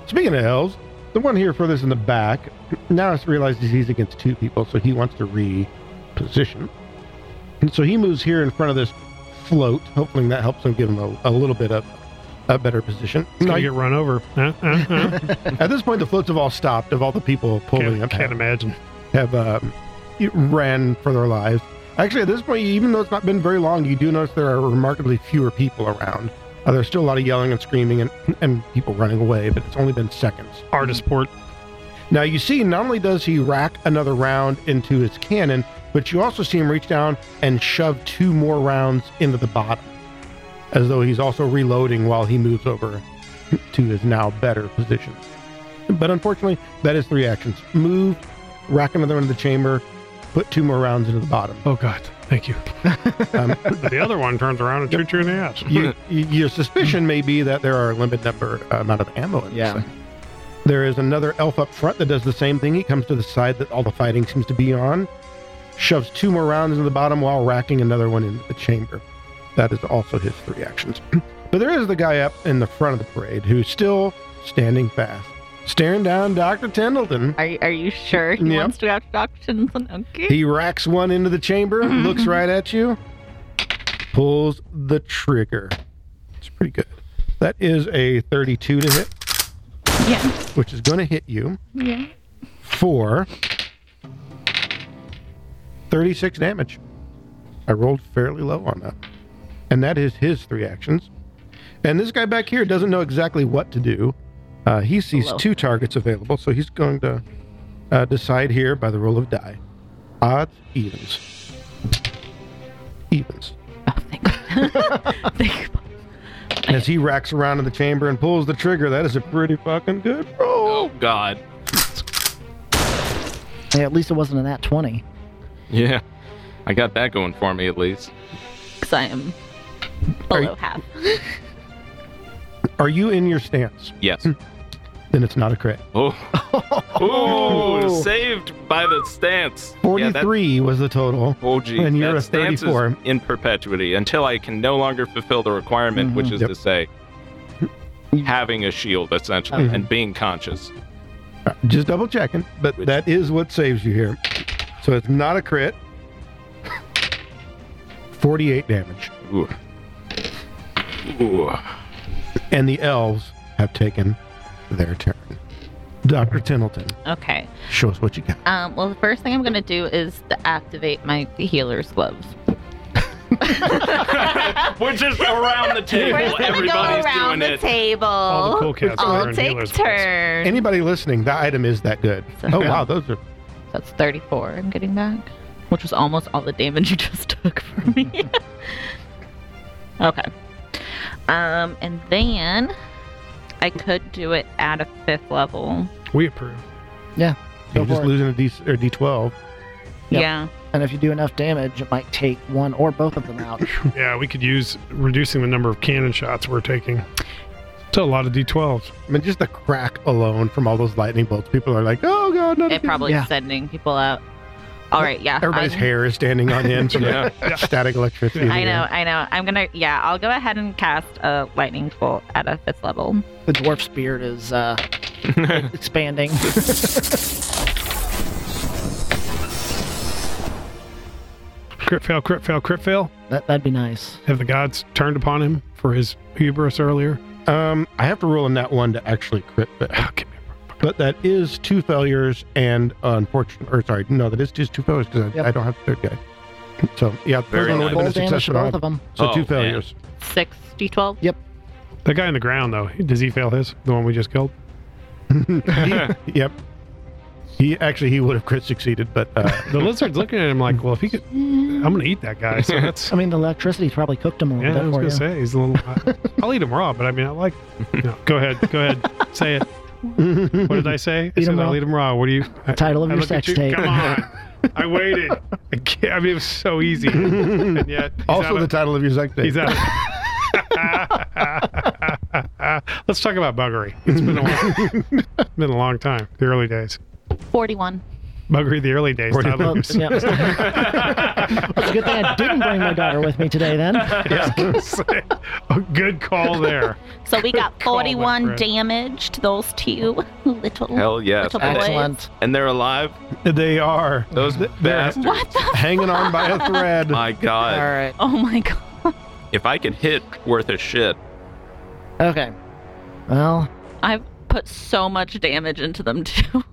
Speaker 1: Speaking of elves, the one here furthest in the back now realizes he's against two people, so he wants to reposition. And so he moves here in front of this float, hoping that helps him give him a, a little bit of a better position.
Speaker 5: He's
Speaker 1: No,
Speaker 5: gonna get run over. Huh? Huh? Huh?
Speaker 1: At this point, the floats have all stopped. Of all the people pulling
Speaker 5: Can't-
Speaker 1: up,
Speaker 5: can't imagine.
Speaker 1: have um, ran for their lives. Actually, at this point, even though it's not been very long, you do notice there are remarkably fewer people around. Uh, there's still a lot of yelling and screaming and, and people running away, but it's only been seconds.
Speaker 5: Artist port.
Speaker 1: Now you see, not only does he rack another round into his cannon, but you also see him reach down and shove two more rounds into the bottom, as though he's also reloading while he moves over to his now better position. But unfortunately, that is three actions: move, rack another one into the chamber, put two more rounds into the bottom.
Speaker 5: Oh God, thank you.
Speaker 1: Um,
Speaker 5: the other one turns around and shoots you in the ass.
Speaker 1: you, you- your suspicion may be that there are a limited number uh, amount of ammo in
Speaker 9: Yeah.
Speaker 1: this thing. There is another elf up front that does the same thing. He comes to the side that all the fighting seems to be on, shoves two more rounds into the bottom while racking another one into the chamber. That is also his three actions. but there is the guy up in the front of the parade who's still standing fast, staring down Dr. Tendleton.
Speaker 4: Are, you- are you sure he
Speaker 1: Yeah.
Speaker 4: wants to go out to Dr. Tendleton? Okay.
Speaker 1: He racks one into the chamber, looks right at you, pulls the trigger. It's pretty good. That is a 32 to hit,
Speaker 4: yeah.
Speaker 1: which is going to hit you
Speaker 4: Yeah.
Speaker 1: for 36 damage. I rolled fairly low on that. And that is his three actions. And this guy back here doesn't know exactly what to do. Uh, he sees
Speaker 4: Hello.
Speaker 1: two targets available, so he's going to uh, decide here by the roll of die. Odds, evens. Evens.
Speaker 4: Think about-
Speaker 1: As he racks around in the chamber and pulls the trigger, that is a pretty fucking good roll.
Speaker 10: oh God.
Speaker 9: Hey, at least it wasn't an at twenty.
Speaker 10: Yeah. I got that going for me at least.
Speaker 4: 'cause I am
Speaker 1: Are you-
Speaker 4: below half.
Speaker 1: Are you in your stance?
Speaker 10: Yes.
Speaker 1: Then it's not a crit.
Speaker 10: Oh. Ooh, saved by the stance. Yeah, that-
Speaker 1: 43 was the total.
Speaker 10: oh, gee.
Speaker 1: and you're
Speaker 10: that
Speaker 1: a
Speaker 10: stance is
Speaker 1: 34.
Speaker 10: in perpetuity until I can no longer fulfill the requirement, which is
Speaker 1: Mm-hmm. Yep.
Speaker 10: to say, having a shield, essentially,
Speaker 1: Mm-hmm.
Speaker 10: and being conscious.
Speaker 1: Just double checking, but
Speaker 10: Which-
Speaker 1: that is what saves you here. So it's not a crit. 48 damage.
Speaker 10: Ooh.
Speaker 1: And the elves have taken their turn. Dr. Tindleton,
Speaker 11: Okay.
Speaker 1: show us what you got.
Speaker 11: Um, well, the first thing I'm going to do is to activate my healer's gloves.
Speaker 13: We're just around the table.
Speaker 11: We're just gonna
Speaker 13: Everybody's
Speaker 11: go around
Speaker 13: doing
Speaker 11: the
Speaker 13: it.
Speaker 11: table.
Speaker 13: All the cool cats are
Speaker 11: I'll
Speaker 13: wearing
Speaker 11: take
Speaker 13: healer's
Speaker 11: turns.
Speaker 1: Anybody listening, that item is that good. Oh, wow, those are.
Speaker 11: That's 34 I'm getting back, which was almost all the damage you just took from me. okay. Um, and then I could do it at a fifth level.
Speaker 5: We approve.
Speaker 9: Yeah.
Speaker 1: You're just losing a D, or D12.
Speaker 9: Yep.
Speaker 11: Yeah.
Speaker 9: And if you do enough damage, it might take one or both of them out.
Speaker 5: Yeah, we could use reducing the number of cannon shots we're taking. To a lot of D12s.
Speaker 1: I mean, just the crack alone from all those lightning bolts, people are like, oh, God, no.
Speaker 11: It probably is sending people out. All right, yeah.
Speaker 1: Everybody's
Speaker 11: I'm-
Speaker 1: hair is standing on end from
Speaker 11: Yeah.
Speaker 1: the static electricity.
Speaker 11: I know, I know. I'm gonna, yeah, I'll go ahead and cast a lightning bolt at a fifth level.
Speaker 9: The dwarf's beard is uh, expanding.
Speaker 5: Crit fail, crit fail, crit fail.
Speaker 9: That, that'd be nice.
Speaker 5: Have the gods turned upon him for his hubris earlier?
Speaker 1: Um, I have to roll in that one to actually crit but ah, But that is two failures and uh, unfortunate, or sorry, no, that is just two failures because I, I don't have the third guy. So yeah, third
Speaker 5: Very
Speaker 1: one would have been a
Speaker 5: nice.
Speaker 1: success,
Speaker 5: Full damage
Speaker 1: but I
Speaker 5: both
Speaker 1: don't-
Speaker 5: of 'em.
Speaker 1: So
Speaker 5: Oh,
Speaker 1: two
Speaker 5: man.
Speaker 1: failures.
Speaker 11: Six d12.
Speaker 9: Yep.
Speaker 5: That guy on the ground, though, does he fail his? The one we just killed?
Speaker 1: yep. He actually he would have crit succeeded, but uh,
Speaker 5: The lizard's looking at him like, well, if he could, I'm going to eat that guy. So that's,
Speaker 9: I mean, the electricity probably cooked him a little
Speaker 5: yeah, I
Speaker 9: bit
Speaker 5: was
Speaker 9: for
Speaker 5: going to
Speaker 9: you.
Speaker 5: say, he's a little, I, I'll eat him raw, but I mean, I like, no, go ahead, go ahead, say it. What did I say? I
Speaker 9: Eat 'em
Speaker 5: said,
Speaker 9: raw.
Speaker 5: I'll eat him raw. What do you? I,
Speaker 9: Title of
Speaker 5: I
Speaker 9: your
Speaker 5: look at
Speaker 9: sex tape.
Speaker 5: Come on. I waited. I, can't- I mean, it was so easy. And yet, he's out
Speaker 1: also
Speaker 5: of-
Speaker 1: the title of your sex tape.
Speaker 5: He's out. Let's talk about buggery. It's been a while. It's been a long time. The early days.
Speaker 11: 41.
Speaker 5: Buggery, the early days. Tyler.
Speaker 9: Well, yeah, it's it's a good thing I didn't bring my daughter with me today. Then.
Speaker 5: A good call there.
Speaker 11: So we got
Speaker 5: Call my
Speaker 11: 41
Speaker 5: friend.
Speaker 11: damage to those two little
Speaker 10: Hell yes.
Speaker 11: little boys.
Speaker 10: And they're alive?
Speaker 1: They are.
Speaker 10: Those bastards.
Speaker 11: What the
Speaker 1: Hanging on by a thread.
Speaker 10: My god.
Speaker 9: right.
Speaker 11: Oh my god.
Speaker 10: If I could hit worth a shit.
Speaker 9: Okay. Well,
Speaker 11: I've put so much damage into them too.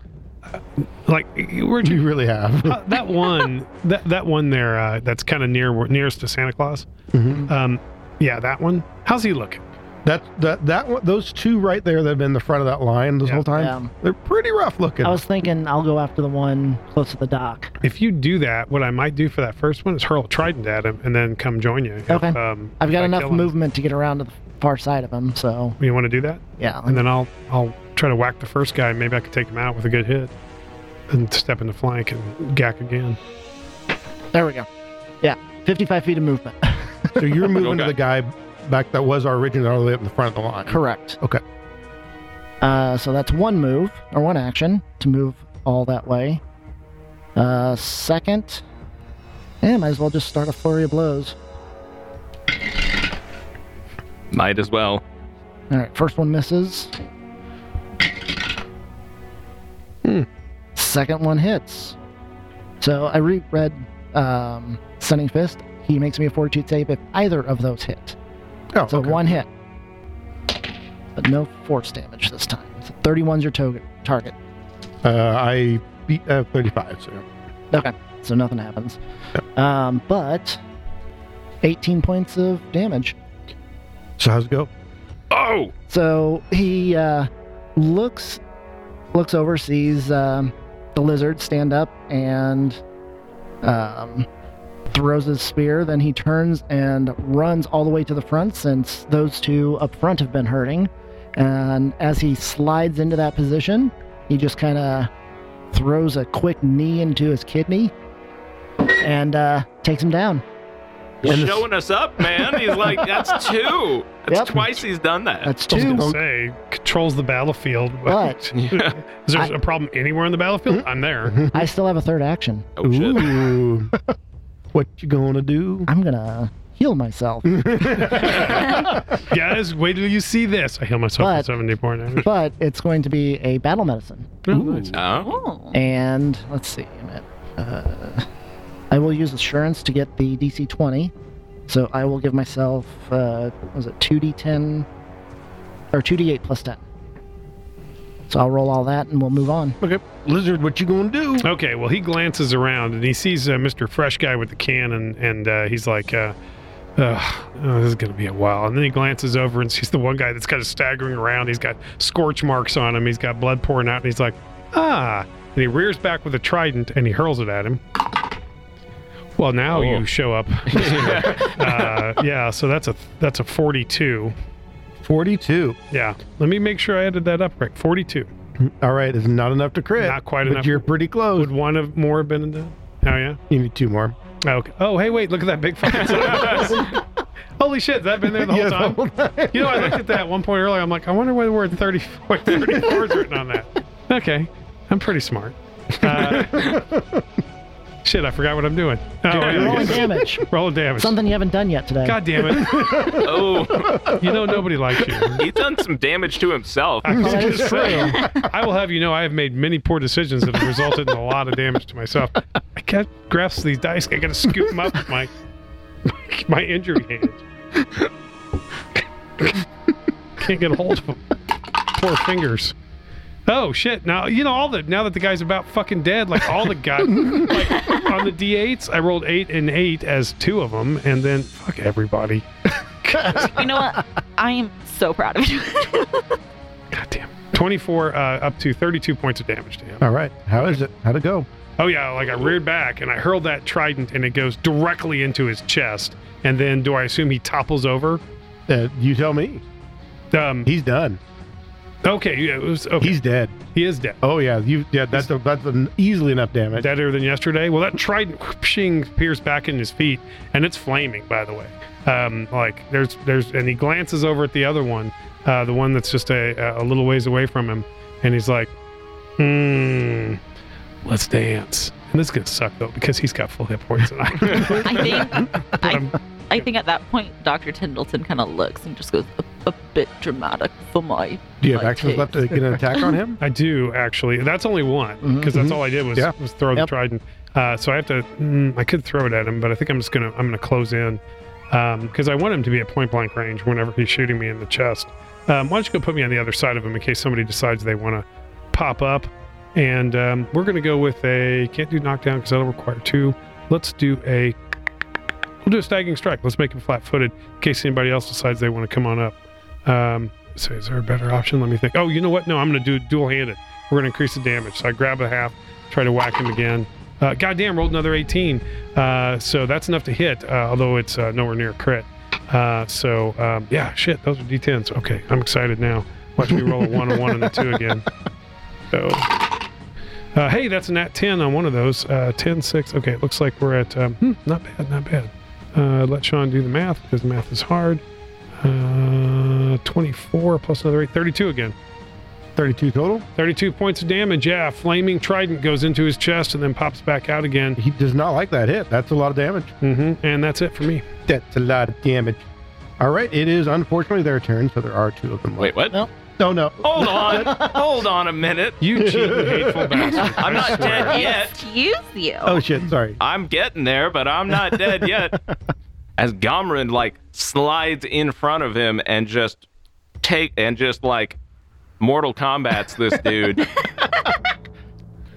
Speaker 5: Like we're
Speaker 1: you really have
Speaker 5: Uh, that one. That that one there. Uh, that's kind of near nearest to Santa Claus.
Speaker 9: Mm-hmm.
Speaker 5: Um, yeah, that one. How's he looking?
Speaker 1: that that that one, those two right there that have been in the front of that line this whole time,
Speaker 9: Yeah.
Speaker 1: they're pretty rough looking.
Speaker 9: I was thinking I'll go after the one close to the dock.
Speaker 5: If you do that, what I might do for that first one is hurl a trident at him and then come join you. if,
Speaker 9: Okay.
Speaker 5: um,
Speaker 9: I've got
Speaker 5: I
Speaker 9: enough
Speaker 5: kill him.
Speaker 9: movement to get around to the far side of him, so
Speaker 5: You want to do that?
Speaker 9: yeah.
Speaker 5: And then I'll I'll try to whack the first guy. Maybe I can take him out with a good hit, and step into flank and gack again.
Speaker 9: There we go. Yeah, 55 feet of movement.
Speaker 1: so you're moving to the guy back that was our original all the way up in the front of the line.
Speaker 9: Correct.
Speaker 1: Okay.
Speaker 9: Uh, so that's one move or one action to move all that way. Uh, second, yeah, might as well just start a flurry of blows.
Speaker 10: Might as well.
Speaker 9: All right, first one misses. Second one hits. So I reread um, Stunning Fist. He makes me a fortitude save if either of those hit.
Speaker 1: Oh,
Speaker 9: so one hit. But no force damage this time. So 31's your to- target.
Speaker 1: Uh, I beat uh, 35, so
Speaker 9: Okay, so nothing happens. Um, but 18 points of damage.
Speaker 1: So how's it go?
Speaker 10: Oh!
Speaker 9: So he uh, looks looks over, sees um, the lizard stand up, and um, throws his spear. Then he turns and runs all the way to the front, since those two up front have been hurting. And as he slides into that position, he just kind of throws a quick knee into his kidney and uh, takes him down.
Speaker 10: He's
Speaker 9: And the-
Speaker 10: showing us up, man. He's like, that's two. That's
Speaker 9: Yep.
Speaker 10: twice he's done that.
Speaker 9: That's
Speaker 5: I was
Speaker 9: two.
Speaker 5: gonna say controls the battlefield, but
Speaker 9: But-
Speaker 5: is there a problem anywhere in the battlefield? I'm there.
Speaker 9: I still have a third action.
Speaker 10: Oh, shit.
Speaker 1: Ooh. what you gonna do?
Speaker 9: I'm gonna heal myself.
Speaker 5: Guys, wait till you see this. I heal myself
Speaker 9: But-
Speaker 5: for 70 point damage.
Speaker 9: but it's going to be a battle medicine.
Speaker 5: Oh, nice.
Speaker 10: Oh.
Speaker 9: And let's see. a minute. Uh, I will use assurance to get the DC 20. So I will give myself, uh, was it 2d10? Or 2d8 plus 10. So I'll roll all that and we'll move on.
Speaker 1: Okay. Lizard, what you gonna do?
Speaker 5: Okay, well, he glances around and he sees uh, Mr. Fresh Guy with the can, and, and uh, he's like, uh, Ugh, oh, this is going to be a while. And then he glances over and sees the one guy that's kind of staggering around. He's got scorch marks on him, he's got blood pouring out, and he's like, ah. And he rears back with a trident and he hurls it at him. Well, now you show up. uh, yeah, so that's a that's a 42.
Speaker 1: 42.
Speaker 5: Yeah. Let me make sure I added that up right. 42.
Speaker 1: All right, it's not enough to crit.
Speaker 5: Not quite
Speaker 1: but
Speaker 5: enough.
Speaker 1: You're pretty close.
Speaker 5: Would one of more have been in the- Oh yeah.
Speaker 1: You need two more.
Speaker 5: Okay. Oh hey, wait! Look at that big fucking sun. Holy shit! Has that been there the whole,
Speaker 1: Yeah, the
Speaker 5: time?
Speaker 1: whole time.
Speaker 5: You know, I looked at that at one point earlier. I'm like, I wonder why the word 34, 34 is written on that. Okay, I'm pretty smart. Uh, shit, I forgot what I'm doing. Oh, yeah,
Speaker 9: Rolling
Speaker 5: okay.
Speaker 9: damage.
Speaker 5: Roll damage.
Speaker 9: Something you haven't done yet today.
Speaker 5: God damn it!
Speaker 10: Oh,
Speaker 5: you know nobody likes you.
Speaker 10: He's done some damage to himself.
Speaker 5: I was gonna say, I will have you know I have made many poor decisions that have resulted in a lot of damage to myself. I can't grasp these dice. I gotta scoop them up with my my injury hand. can't get a hold of them. Poor fingers. Oh shit! Now you know all the now that the guy's about fucking dead. Like all the guy like on the d8s, I rolled eight and eight as two of them, and then fuck everybody.
Speaker 4: you know what? I am so proud of you.
Speaker 5: 24 uh, up to 32 points of damage to him.
Speaker 1: All right. How is it? How'd it go?
Speaker 5: Oh yeah, like I reared back and I hurled that trident and it goes directly into his chest. And then do I assume he topples over?
Speaker 1: Uh, you tell me.
Speaker 5: Um,
Speaker 1: He's done.
Speaker 5: Okay, yeah, it was, okay.
Speaker 1: He's dead.
Speaker 5: He is dead.
Speaker 1: Oh yeah, you yeah. That's a, that's an easily enough damage.
Speaker 5: Deader than yesterday. Well, that trident whooshing peers back in his feet, and it's flaming. By the way, um, like there's there's and he glances over at the other one, uh, the one that's just a a little ways away from him, and he's like, "Hmm, let's dance." And this is gonna suck though because he's got full hit points and I
Speaker 4: I think I, I think at that point, Doctor Tindleton kind of looks and just goes a, a bit dramatic for my.
Speaker 1: Do you have
Speaker 4: my
Speaker 1: actions
Speaker 4: taste."
Speaker 1: left to get an attack on him?
Speaker 5: I do actually. That's only one because that's
Speaker 1: Mhm.
Speaker 5: all I did was,
Speaker 1: Yeah.
Speaker 5: was throw the trident. Uh, so I have to. Mm, I could throw it at him, but I think I'm just gonna. I'm gonna close in because I want him to be at point blank range whenever he's shooting me in the chest. Um, why don't you go put me on the other side of him in case somebody decides they want to pop up? And um, we're gonna go with a can't do knockdown because that'll require two. Let's do a. We'll do a staggering strike. Let's make him flat-footed in case anybody else decides they want to come on up. Um, so is there a better option? Let me think. Oh, you know what? No, I'm going to do dual-handed. We're going to increase the damage. So I grab a half, try to whack him again. Uh, goddamn, rolled another 18. Uh, so that's enough to hit, uh, although it's uh, nowhere near a crit. Uh, so um, yeah, shit, those are d10s. Okay, I'm excited now. Watch me roll a one, a one, and a two again. So, uh, hey, that's a nat 10 on one of those. Uh, 10, 6. Okay, it looks like we're at, um, hmm, not bad, not bad. Uh, let Sean do the math because math is hard. Uh, 24 plus another 8, 32 again.
Speaker 1: 32 total.
Speaker 5: 32 points of damage. Yeah, flaming trident goes into his chest and then pops back out again.
Speaker 1: He does not like that hit. That's a lot of damage.
Speaker 5: Mm-hmm. And that's it for me.
Speaker 1: That's a lot of damage. All right. It is unfortunately their turn, so there are two of them left.
Speaker 10: Wait, what?
Speaker 1: No, no.
Speaker 10: Hold on. Hold on a minute.
Speaker 5: You cheating, hateful bastard.
Speaker 10: I'm
Speaker 5: I
Speaker 10: not
Speaker 5: swear.
Speaker 10: dead yet.
Speaker 4: Excuse you.
Speaker 1: Oh shit. Sorry.
Speaker 10: I'm getting there, but I'm not dead yet. As Gomrin like slides in front of him and just take and just like Mortal Kombat's this dude.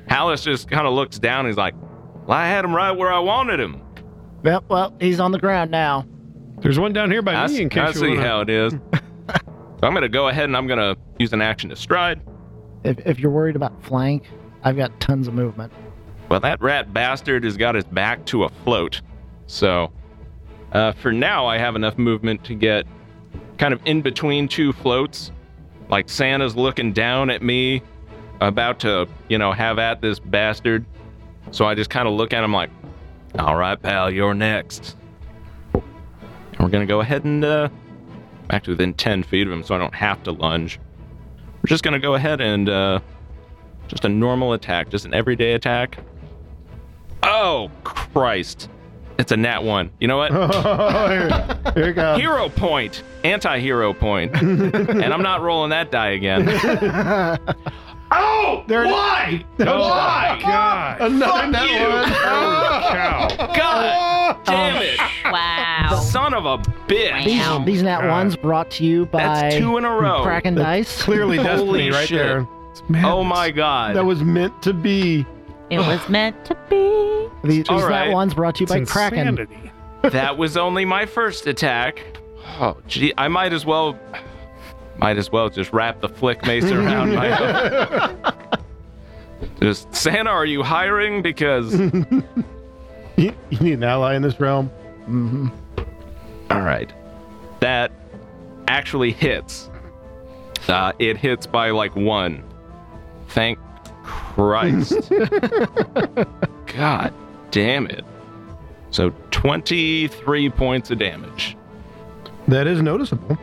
Speaker 10: Hallis just kind of looks down. And he's like, well, "I had him right where I wanted him."
Speaker 9: Yep, well, he's on the ground now.
Speaker 5: There's one down here by
Speaker 10: I, s-
Speaker 5: me in
Speaker 10: I
Speaker 5: case you
Speaker 10: see
Speaker 5: wanna-
Speaker 10: how it is. So I'm gonna go ahead and I'm gonna use an action to stride.
Speaker 9: If, if you're worried about flank, I've got tons of movement.
Speaker 10: Well, that rat bastard has got his back to a float. So, uh, for now, I have enough movement to get kind of in between two floats. Like Santa's looking down at me, about to, you know, have at this bastard. So I just kind of look at him like, all right, pal, you're next. And we're going to go ahead and uh, back to within 10 feet of him so I don't have to lunge. We're just going to go ahead and uh, just a normal attack, just an everyday attack. Oh, Christ. It's a nat one. You know what? Ah.
Speaker 1: here, here it goes.
Speaker 10: Hero point, anti hero point. and I'm not rolling that die again.
Speaker 13: Oh!
Speaker 1: There it is.
Speaker 13: why?
Speaker 1: Oh,
Speaker 13: why?
Speaker 1: God. Another
Speaker 13: Fuck
Speaker 1: net
Speaker 13: you.
Speaker 1: one.
Speaker 13: Holy
Speaker 1: Ah.
Speaker 13: cow.
Speaker 10: God. Damn it!
Speaker 1: Oh.
Speaker 4: Wow.
Speaker 10: Son of a bitch!
Speaker 9: These, these nat ones brought to you by
Speaker 10: That's two oh. in a row.
Speaker 9: Kraken Dice.
Speaker 10: Holy shit. Oh my god.
Speaker 1: That was meant to be.
Speaker 4: It was meant to be.
Speaker 9: These,
Speaker 10: All
Speaker 9: these
Speaker 10: right.
Speaker 9: nat ones brought to you by
Speaker 10: It's
Speaker 9: Kraken.
Speaker 10: that was only my first attack. Oh, gee, I might as well, might as well just wrap the flick mace around my. Just Santa, are you hiring? Because
Speaker 1: You, you need an ally in this realm.
Speaker 9: Mm-hmm.
Speaker 10: all right, that actually hits. Uh, it hits by like one. Thank Christ. God damn it. So 23 points of damage.
Speaker 1: That is noticeable.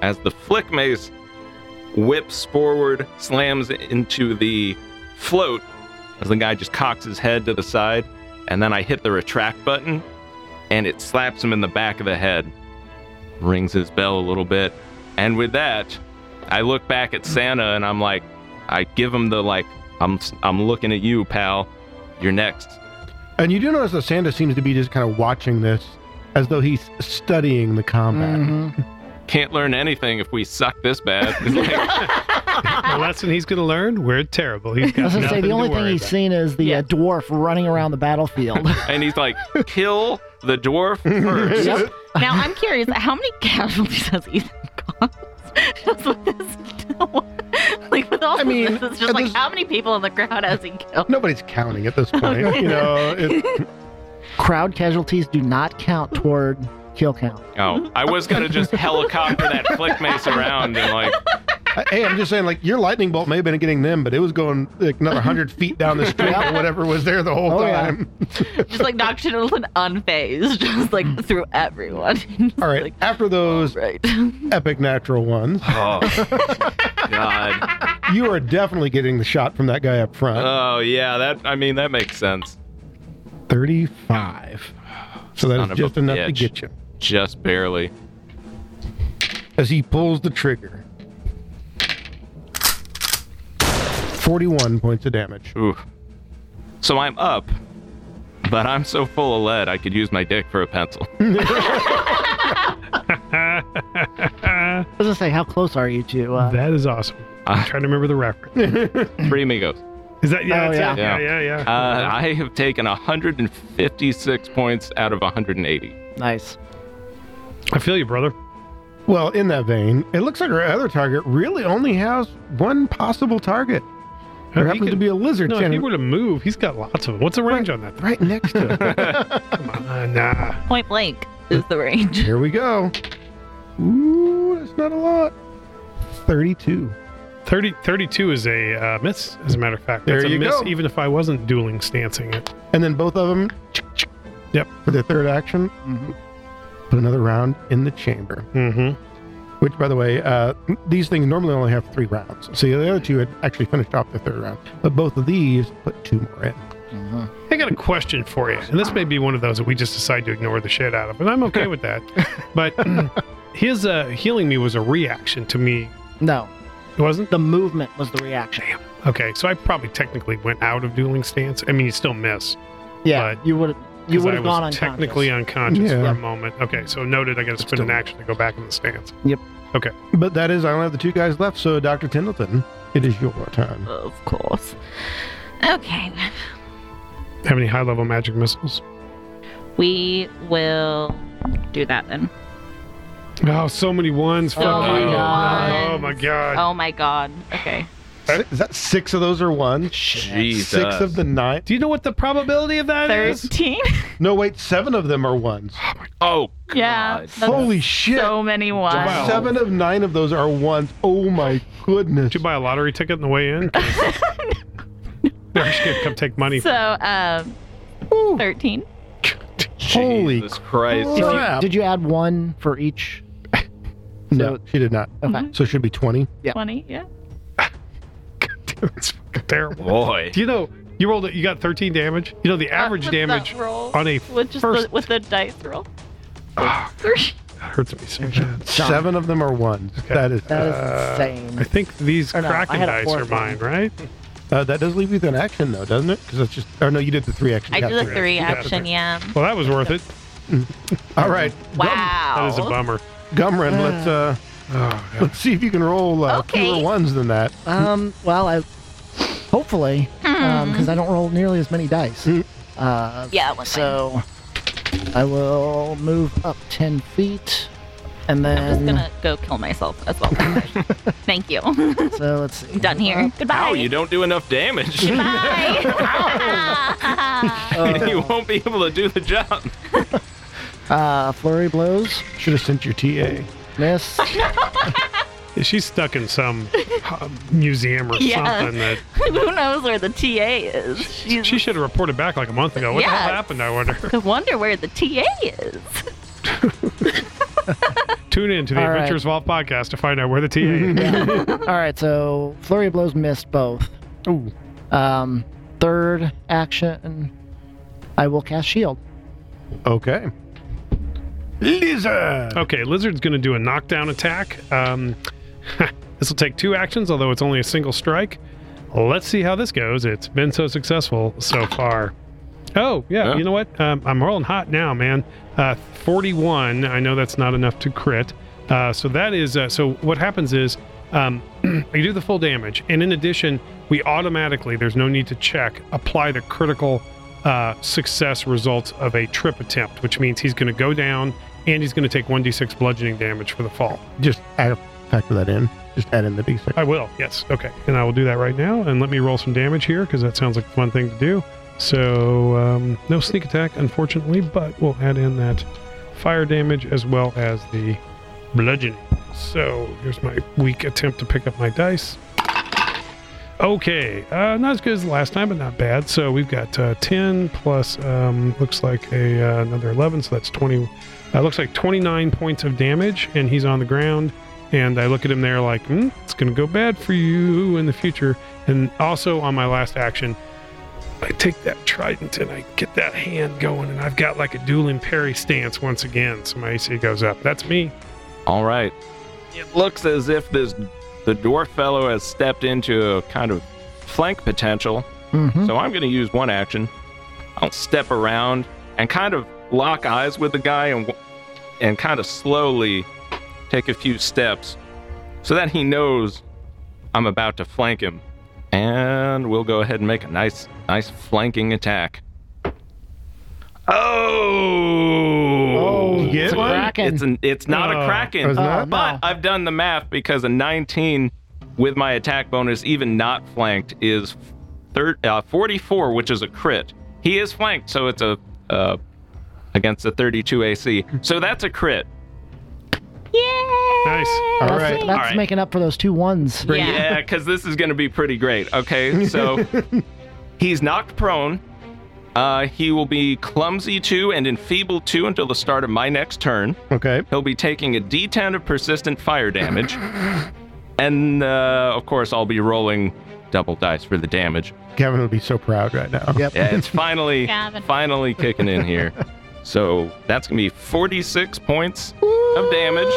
Speaker 10: as the flick mace whips forward, slams into the float, as the guy just cocks his head to the side, and then I hit the retract button, and it slaps him in the back of the head, rings his bell a little bit, and with that, I look back at Santa and I'm like, I give him the like, I'm I'm looking at you, pal. You're next.
Speaker 1: And you do notice that Santa seems to be just kind of watching this as though he's studying the combat.
Speaker 10: Mm-hmm. Can't learn anything if we suck this bad. It's like,
Speaker 5: the lesson he's going to learn, we're terrible. He's got
Speaker 9: I was
Speaker 5: nothing
Speaker 9: gonna say the only
Speaker 5: to
Speaker 9: thing
Speaker 5: worry
Speaker 9: he's seen is the uh, dwarf running around the battlefield.
Speaker 10: and he's like, kill the dwarf first.
Speaker 9: Yep.
Speaker 4: Now I'm curious, how many casualties has Ethan caused? just with this, like with all
Speaker 1: I
Speaker 4: of
Speaker 1: mean,
Speaker 4: this, it's just
Speaker 1: at
Speaker 4: like
Speaker 1: this-
Speaker 4: how many people on the ground has he killed?
Speaker 1: Nobody's counting at this point. you know, it,
Speaker 9: Crowd casualties do not count toward kill count.
Speaker 10: Oh, I was gonna just helicopter that flick mace around and like,
Speaker 1: hey, I'm just saying, like your lightning bolt may have been getting them, but it was going like another hundred feet down the street or whatever was there the whole time.
Speaker 4: Just like nocturnal and unfazed, just like through everyone.
Speaker 1: Hmm. All right, after those epic natural ones,
Speaker 10: oh god,
Speaker 1: you are definitely getting the shot from that guy up front.
Speaker 5: Uh,
Speaker 10: oh yeah, that I mean that makes sense.
Speaker 1: Thirty-five. So that
Speaker 10: Son
Speaker 1: is
Speaker 10: of a
Speaker 1: just enough to
Speaker 10: bitch.
Speaker 1: get you.
Speaker 10: Just barely.
Speaker 1: As he pulls the trigger, forty-one points of damage.
Speaker 10: Ooh. So I'm up, but I'm so full of lead I could use my dick for a pencil.
Speaker 9: I was gonna say, how close are you to? Uh,
Speaker 5: about. That is awesome. I'm trying to remember the reference.
Speaker 10: Uh, Three amigos.
Speaker 5: Is that yeah?
Speaker 9: Oh,
Speaker 5: that's it.
Speaker 10: yeah,
Speaker 5: yeah, yeah, yeah.
Speaker 10: Uh, I have taken 156 points out of 180.
Speaker 9: Nice.
Speaker 5: I feel you, brother.
Speaker 1: Well, in that vein, it looks like our other target really only has one possible target. There
Speaker 5: He
Speaker 1: happens to
Speaker 5: could-
Speaker 1: be a lizard
Speaker 5: No, if he
Speaker 1: standing
Speaker 5: were to move, he's got lots of them. What's the range on that?
Speaker 1: right next to it.
Speaker 5: Uh, nah.
Speaker 4: Point blank is the range.
Speaker 1: Here we go. Ooh, that's not a lot. 32.
Speaker 5: 30, 32 is a uh, miss, as a matter of fact.
Speaker 1: There
Speaker 5: That's
Speaker 1: you
Speaker 5: a miss,
Speaker 1: go.
Speaker 5: even if I wasn't dueling stancing it.
Speaker 1: And then both of them
Speaker 5: Yep.
Speaker 1: for their third action, put another round in the chamber.
Speaker 5: Mm-hmm.
Speaker 1: Which, by the way, uh, these things normally only have three rounds. So the other two had actually finished off their third round. But both of these put two more in.
Speaker 5: I got a question for you, and this may be one of those that we just decide to ignore the shit out of, and I'm okay with that. But his uh, healing me was a reaction to me.
Speaker 9: No,
Speaker 5: It wasn't?
Speaker 9: the movement was the reaction.
Speaker 5: Okay, so I probably technically went out of dueling stance. I mean, you still miss.
Speaker 9: Yeah, you would you
Speaker 5: 'cause
Speaker 9: would
Speaker 5: I
Speaker 9: have
Speaker 5: was
Speaker 9: gone unconscious.
Speaker 5: technically unconscious for
Speaker 1: Yeah.
Speaker 5: a moment. Okay, so noted. I got to spend an action to go back in the stance.
Speaker 9: Yep.
Speaker 5: Okay.
Speaker 1: But that is, I only have the two guys left. So, Dr. Tindleton, it is your time.
Speaker 4: Of course. Okay.
Speaker 5: Have any high level magic missiles?
Speaker 4: We will do that then.
Speaker 5: Oh, so many ones.
Speaker 4: Oh
Speaker 5: fuck
Speaker 4: my
Speaker 5: you.
Speaker 4: God.
Speaker 5: Oh my god.
Speaker 4: Oh my god. Okay.
Speaker 1: Si- Is that six of those are one?
Speaker 10: Jesus.
Speaker 1: Six of the nine.
Speaker 5: Do you know what the probability of that is?
Speaker 4: 13?
Speaker 1: No, wait, seven of them are ones.
Speaker 10: Oh,
Speaker 4: yeah. that's
Speaker 1: Holy shit.
Speaker 4: So many ones.
Speaker 1: Seven of nine of those are ones. Oh my goodness.
Speaker 5: Did you buy a lottery ticket on the way in? They're just gonna come take money.
Speaker 4: So, um, 13.
Speaker 1: Holy
Speaker 10: Jesus Christ.
Speaker 9: Did you,
Speaker 1: Crap.
Speaker 9: did you add one for each?
Speaker 1: No, she did not.
Speaker 9: Okay.
Speaker 1: So it should be 20.
Speaker 9: Yeah.
Speaker 4: 20, yeah.
Speaker 5: it's fucking terrible.
Speaker 10: Boy.
Speaker 5: Do you know you rolled it? You got 13 damage. You know the average
Speaker 4: With that
Speaker 5: damage
Speaker 4: roll,
Speaker 5: on a
Speaker 4: with just
Speaker 5: first Ah.
Speaker 4: the, with the dice roll. Three.
Speaker 5: hurts me so bad.
Speaker 1: Seven of them are ones. That is.
Speaker 9: That is
Speaker 5: Uh,
Speaker 9: insane.
Speaker 5: I think these
Speaker 9: Or no, I
Speaker 5: Kraken
Speaker 9: had a
Speaker 5: dice are
Speaker 9: fourth one.
Speaker 5: mine, right?
Speaker 1: Uh, that does leave you with an action though, doesn't it? Because that's just. Or no, you oh, did the three action.
Speaker 4: I
Speaker 1: You
Speaker 4: did
Speaker 1: got
Speaker 4: a three
Speaker 1: You got the
Speaker 4: action, yeah.
Speaker 5: Well, that was worth it.
Speaker 1: All right.
Speaker 4: Wow.
Speaker 5: That is a bummer.
Speaker 1: Gumrun, let's uh, let's see if you can roll uh, fewer ones than that.
Speaker 9: Um, well, I hopefully because I don't roll nearly as many dice.
Speaker 5: Hmm.
Speaker 9: Uh,
Speaker 4: Yeah, that one's
Speaker 9: so I will move up ten feet, and then
Speaker 4: I'm just gonna go kill myself as well. Thank you.
Speaker 9: so let's see.
Speaker 4: Done here. Goodbye.
Speaker 10: Ow, you don't do enough damage. you won't be able to do the job.
Speaker 9: uh, flurry blows.
Speaker 1: Should have sent your TA.
Speaker 9: Miss.
Speaker 5: She's stuck in some uh, museum or
Speaker 4: Yeah.
Speaker 5: something that
Speaker 4: Who knows where the TA is? She's,
Speaker 5: she should have reported back like a month ago. What the
Speaker 4: Yeah.
Speaker 5: hell happened? I wonder.
Speaker 4: I wonder where the TA is.
Speaker 5: Tune in to the
Speaker 9: All right.
Speaker 5: Adventures Vault podcast to find out where the TA is.
Speaker 9: All right, so flurry of blows missed both. Ooh. Um, third action, I will cast shield.
Speaker 1: Okay. Lizard.
Speaker 5: Okay, lizard's going to do a knockdown attack. Um, this will take two actions, although it's only a single strike. Let's see how this goes. It's been so successful so far. Oh yeah, you know what? Um, I'm rolling hot now, man. Uh, 41. I know that's not enough to crit. Uh, so that is. Uh, so what happens is um, you do the full damage, and in addition, we automatically there's no need to check apply the critical uh, success result of a trip attempt, which means he's going to go down and he's going to take 1d6 bludgeoning damage for the fall.
Speaker 1: Just add a, factor that in. Just add in the d6.
Speaker 5: I will. Yes. Okay. And I will do that right now. And let me roll some damage here because that sounds like a fun thing to do. So um, no sneak attack, unfortunately, but we'll add in that fire damage as well as the bludgeoning. So here's my weak attempt to pick up my dice. Okay, uh, not as good as the last time, but not bad. So we've got uh, 10 plus, um, looks like a uh, another 11, so that's 20. Uh, looks like 29 points of damage, and he's on the ground. And I look at him there like, "Hmm, it's going to go bad for you in the future. And also on my last action, I take that trident and I get that hand going, and I've got like a dueling parry stance once again. So my AC goes up. That's me.
Speaker 10: All right. It looks as if this the dwarf fellow has stepped into a kind of flank potential.
Speaker 9: Mhm.
Speaker 10: So I'm going to use one action. I'll step around and kind of lock eyes with the guy and w- and kind of slowly take a few steps so that he knows I'm about to flank him. And we'll go ahead and make a nice nice flanking attack. Oh,
Speaker 1: you get
Speaker 10: it's,
Speaker 1: one?
Speaker 10: It's, an, it's not
Speaker 1: Oh.
Speaker 10: a kraken, uh,
Speaker 1: Oh, it's not?
Speaker 10: but I've done the math because a 19 with my attack bonus, even not flanked, is thir- uh, 44, which is a crit. He is flanked, so it's a uh, against a 32 AC. So that's a crit.
Speaker 5: Nice.
Speaker 10: All
Speaker 9: that's
Speaker 10: right.
Speaker 9: that's
Speaker 10: All right.
Speaker 9: making up for those two ones.
Speaker 10: Yeah, because this is going to be pretty great. Okay, so he's knocked prone. Uh, he will be clumsy two and enfeebled two until the start of my next turn.
Speaker 1: Okay.
Speaker 10: He'll be taking a D10 of persistent fire damage, and uh, of course I'll be rolling double dice for the damage.
Speaker 1: Gavin would be so proud right now.
Speaker 9: Yep.
Speaker 10: Yeah, it's finally
Speaker 4: Gavin.
Speaker 10: finally kicking in here. So that's gonna be 46 points of damage.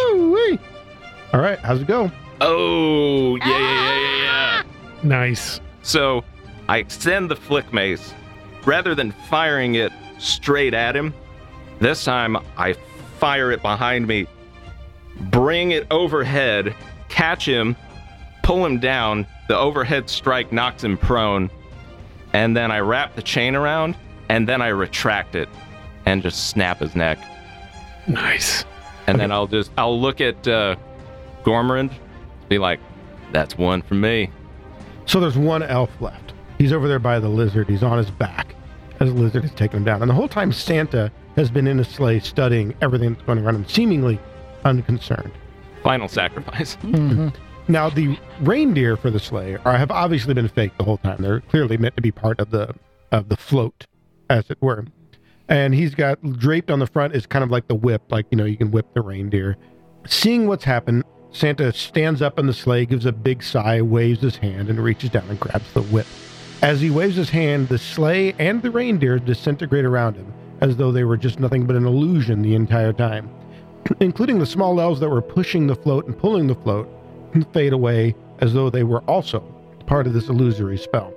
Speaker 1: All right. How's it go?
Speaker 10: Oh yeah yeah yeah yeah yeah.
Speaker 5: Nice.
Speaker 10: So I extend the flick mace. Rather than firing it straight at him, this time I fire it behind me, bring it overhead, catch him, pull him down. The overhead strike knocks him prone, and then I wrap the chain around, and then I retract it and just snap his neck.
Speaker 5: Nice.
Speaker 10: And then I'll just I'll look at uh, Gormand, be like, "That's one for me."
Speaker 1: So there's one elf left. He's over there by the lizard. He's on his back as the lizard has taken him down. And the whole time, Santa has been in his sleigh studying everything that's going around him, seemingly unconcerned.
Speaker 10: Final sacrifice.
Speaker 1: Now, the reindeer for the sleigh are, have obviously been faked the whole time. They're clearly meant to be part of the of the float, as it were. And he's got draped on the front is kind of like the whip, like you know you can whip the reindeer. Seeing what's happened, Santa stands up in the sleigh, gives a big sigh, waves his hand, and reaches down and grabs the whip. As he waves his hand, the sleigh and the reindeer disintegrate around him, as though they were just nothing but an illusion the entire time including the small elves that were pushing the float and pulling the float, fade away as though they were also part of this illusory spell.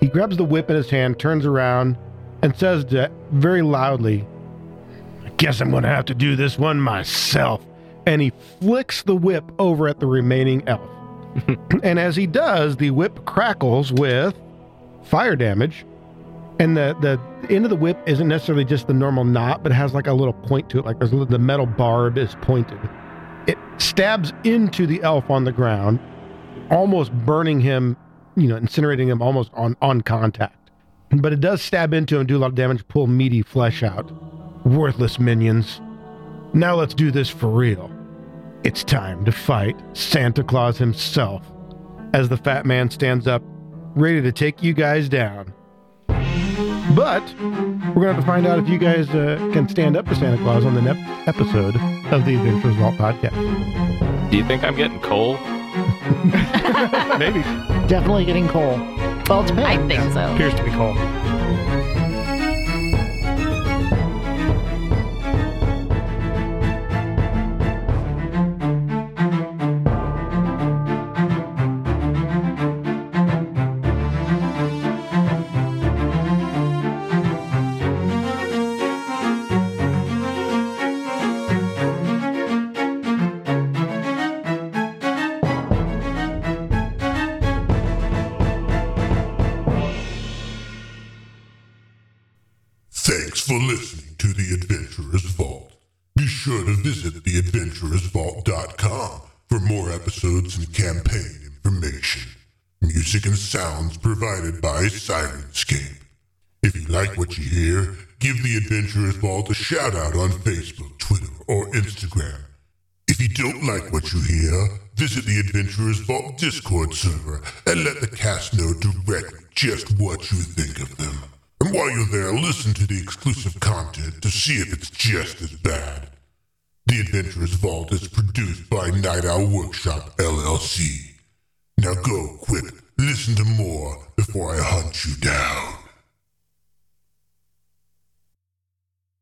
Speaker 1: He grabs the whip in his hand, turns around, and says to, very loudly, I guess I'm going to have to do this one myself. And he flicks the whip over at the remaining elf. and as he does, the whip crackles with fire damage. And the, the end of the whip isn't necessarily just the normal knot, but has like a little point to it. Like there's a little- the metal barb is pointed. It stabs into the elf on the ground, almost burning him, you know, incinerating him almost on, on contact. But it does stab into him, do a lot of damage, pull meaty flesh out. Worthless minions. Now let's do this for real. It's time to fight Santa Claus himself. As the fat man stands up, ready to take you guys down. But we're going to have to find out if you guys uh, can stand up to Santa Claus on the next episode of the Adventures Vault podcast.
Speaker 10: Do you think I'm getting coal? Maybe.
Speaker 9: Definitely getting coal. Well, it depends. I think so.
Speaker 5: Appears to be coal.
Speaker 2: Thanks for listening to The Adventurer's Vault. Be sure to visit theadventurer'svault.com for more episodes and campaign information. Music and sounds provided by Sirenscape. If you like what you hear, give The Adventurer's Vault a shout out on Facebook, Twitter, or Instagram. If you don't like what you hear, visit the Adventurers Vault Discord server and let the cast know directly just what you think of them. And while you're there, listen to the exclusive content to see if it's just as bad. The Adventurers Vault is produced by Night Owl Workshop LLC. Now go quick, listen to more before I hunt you down.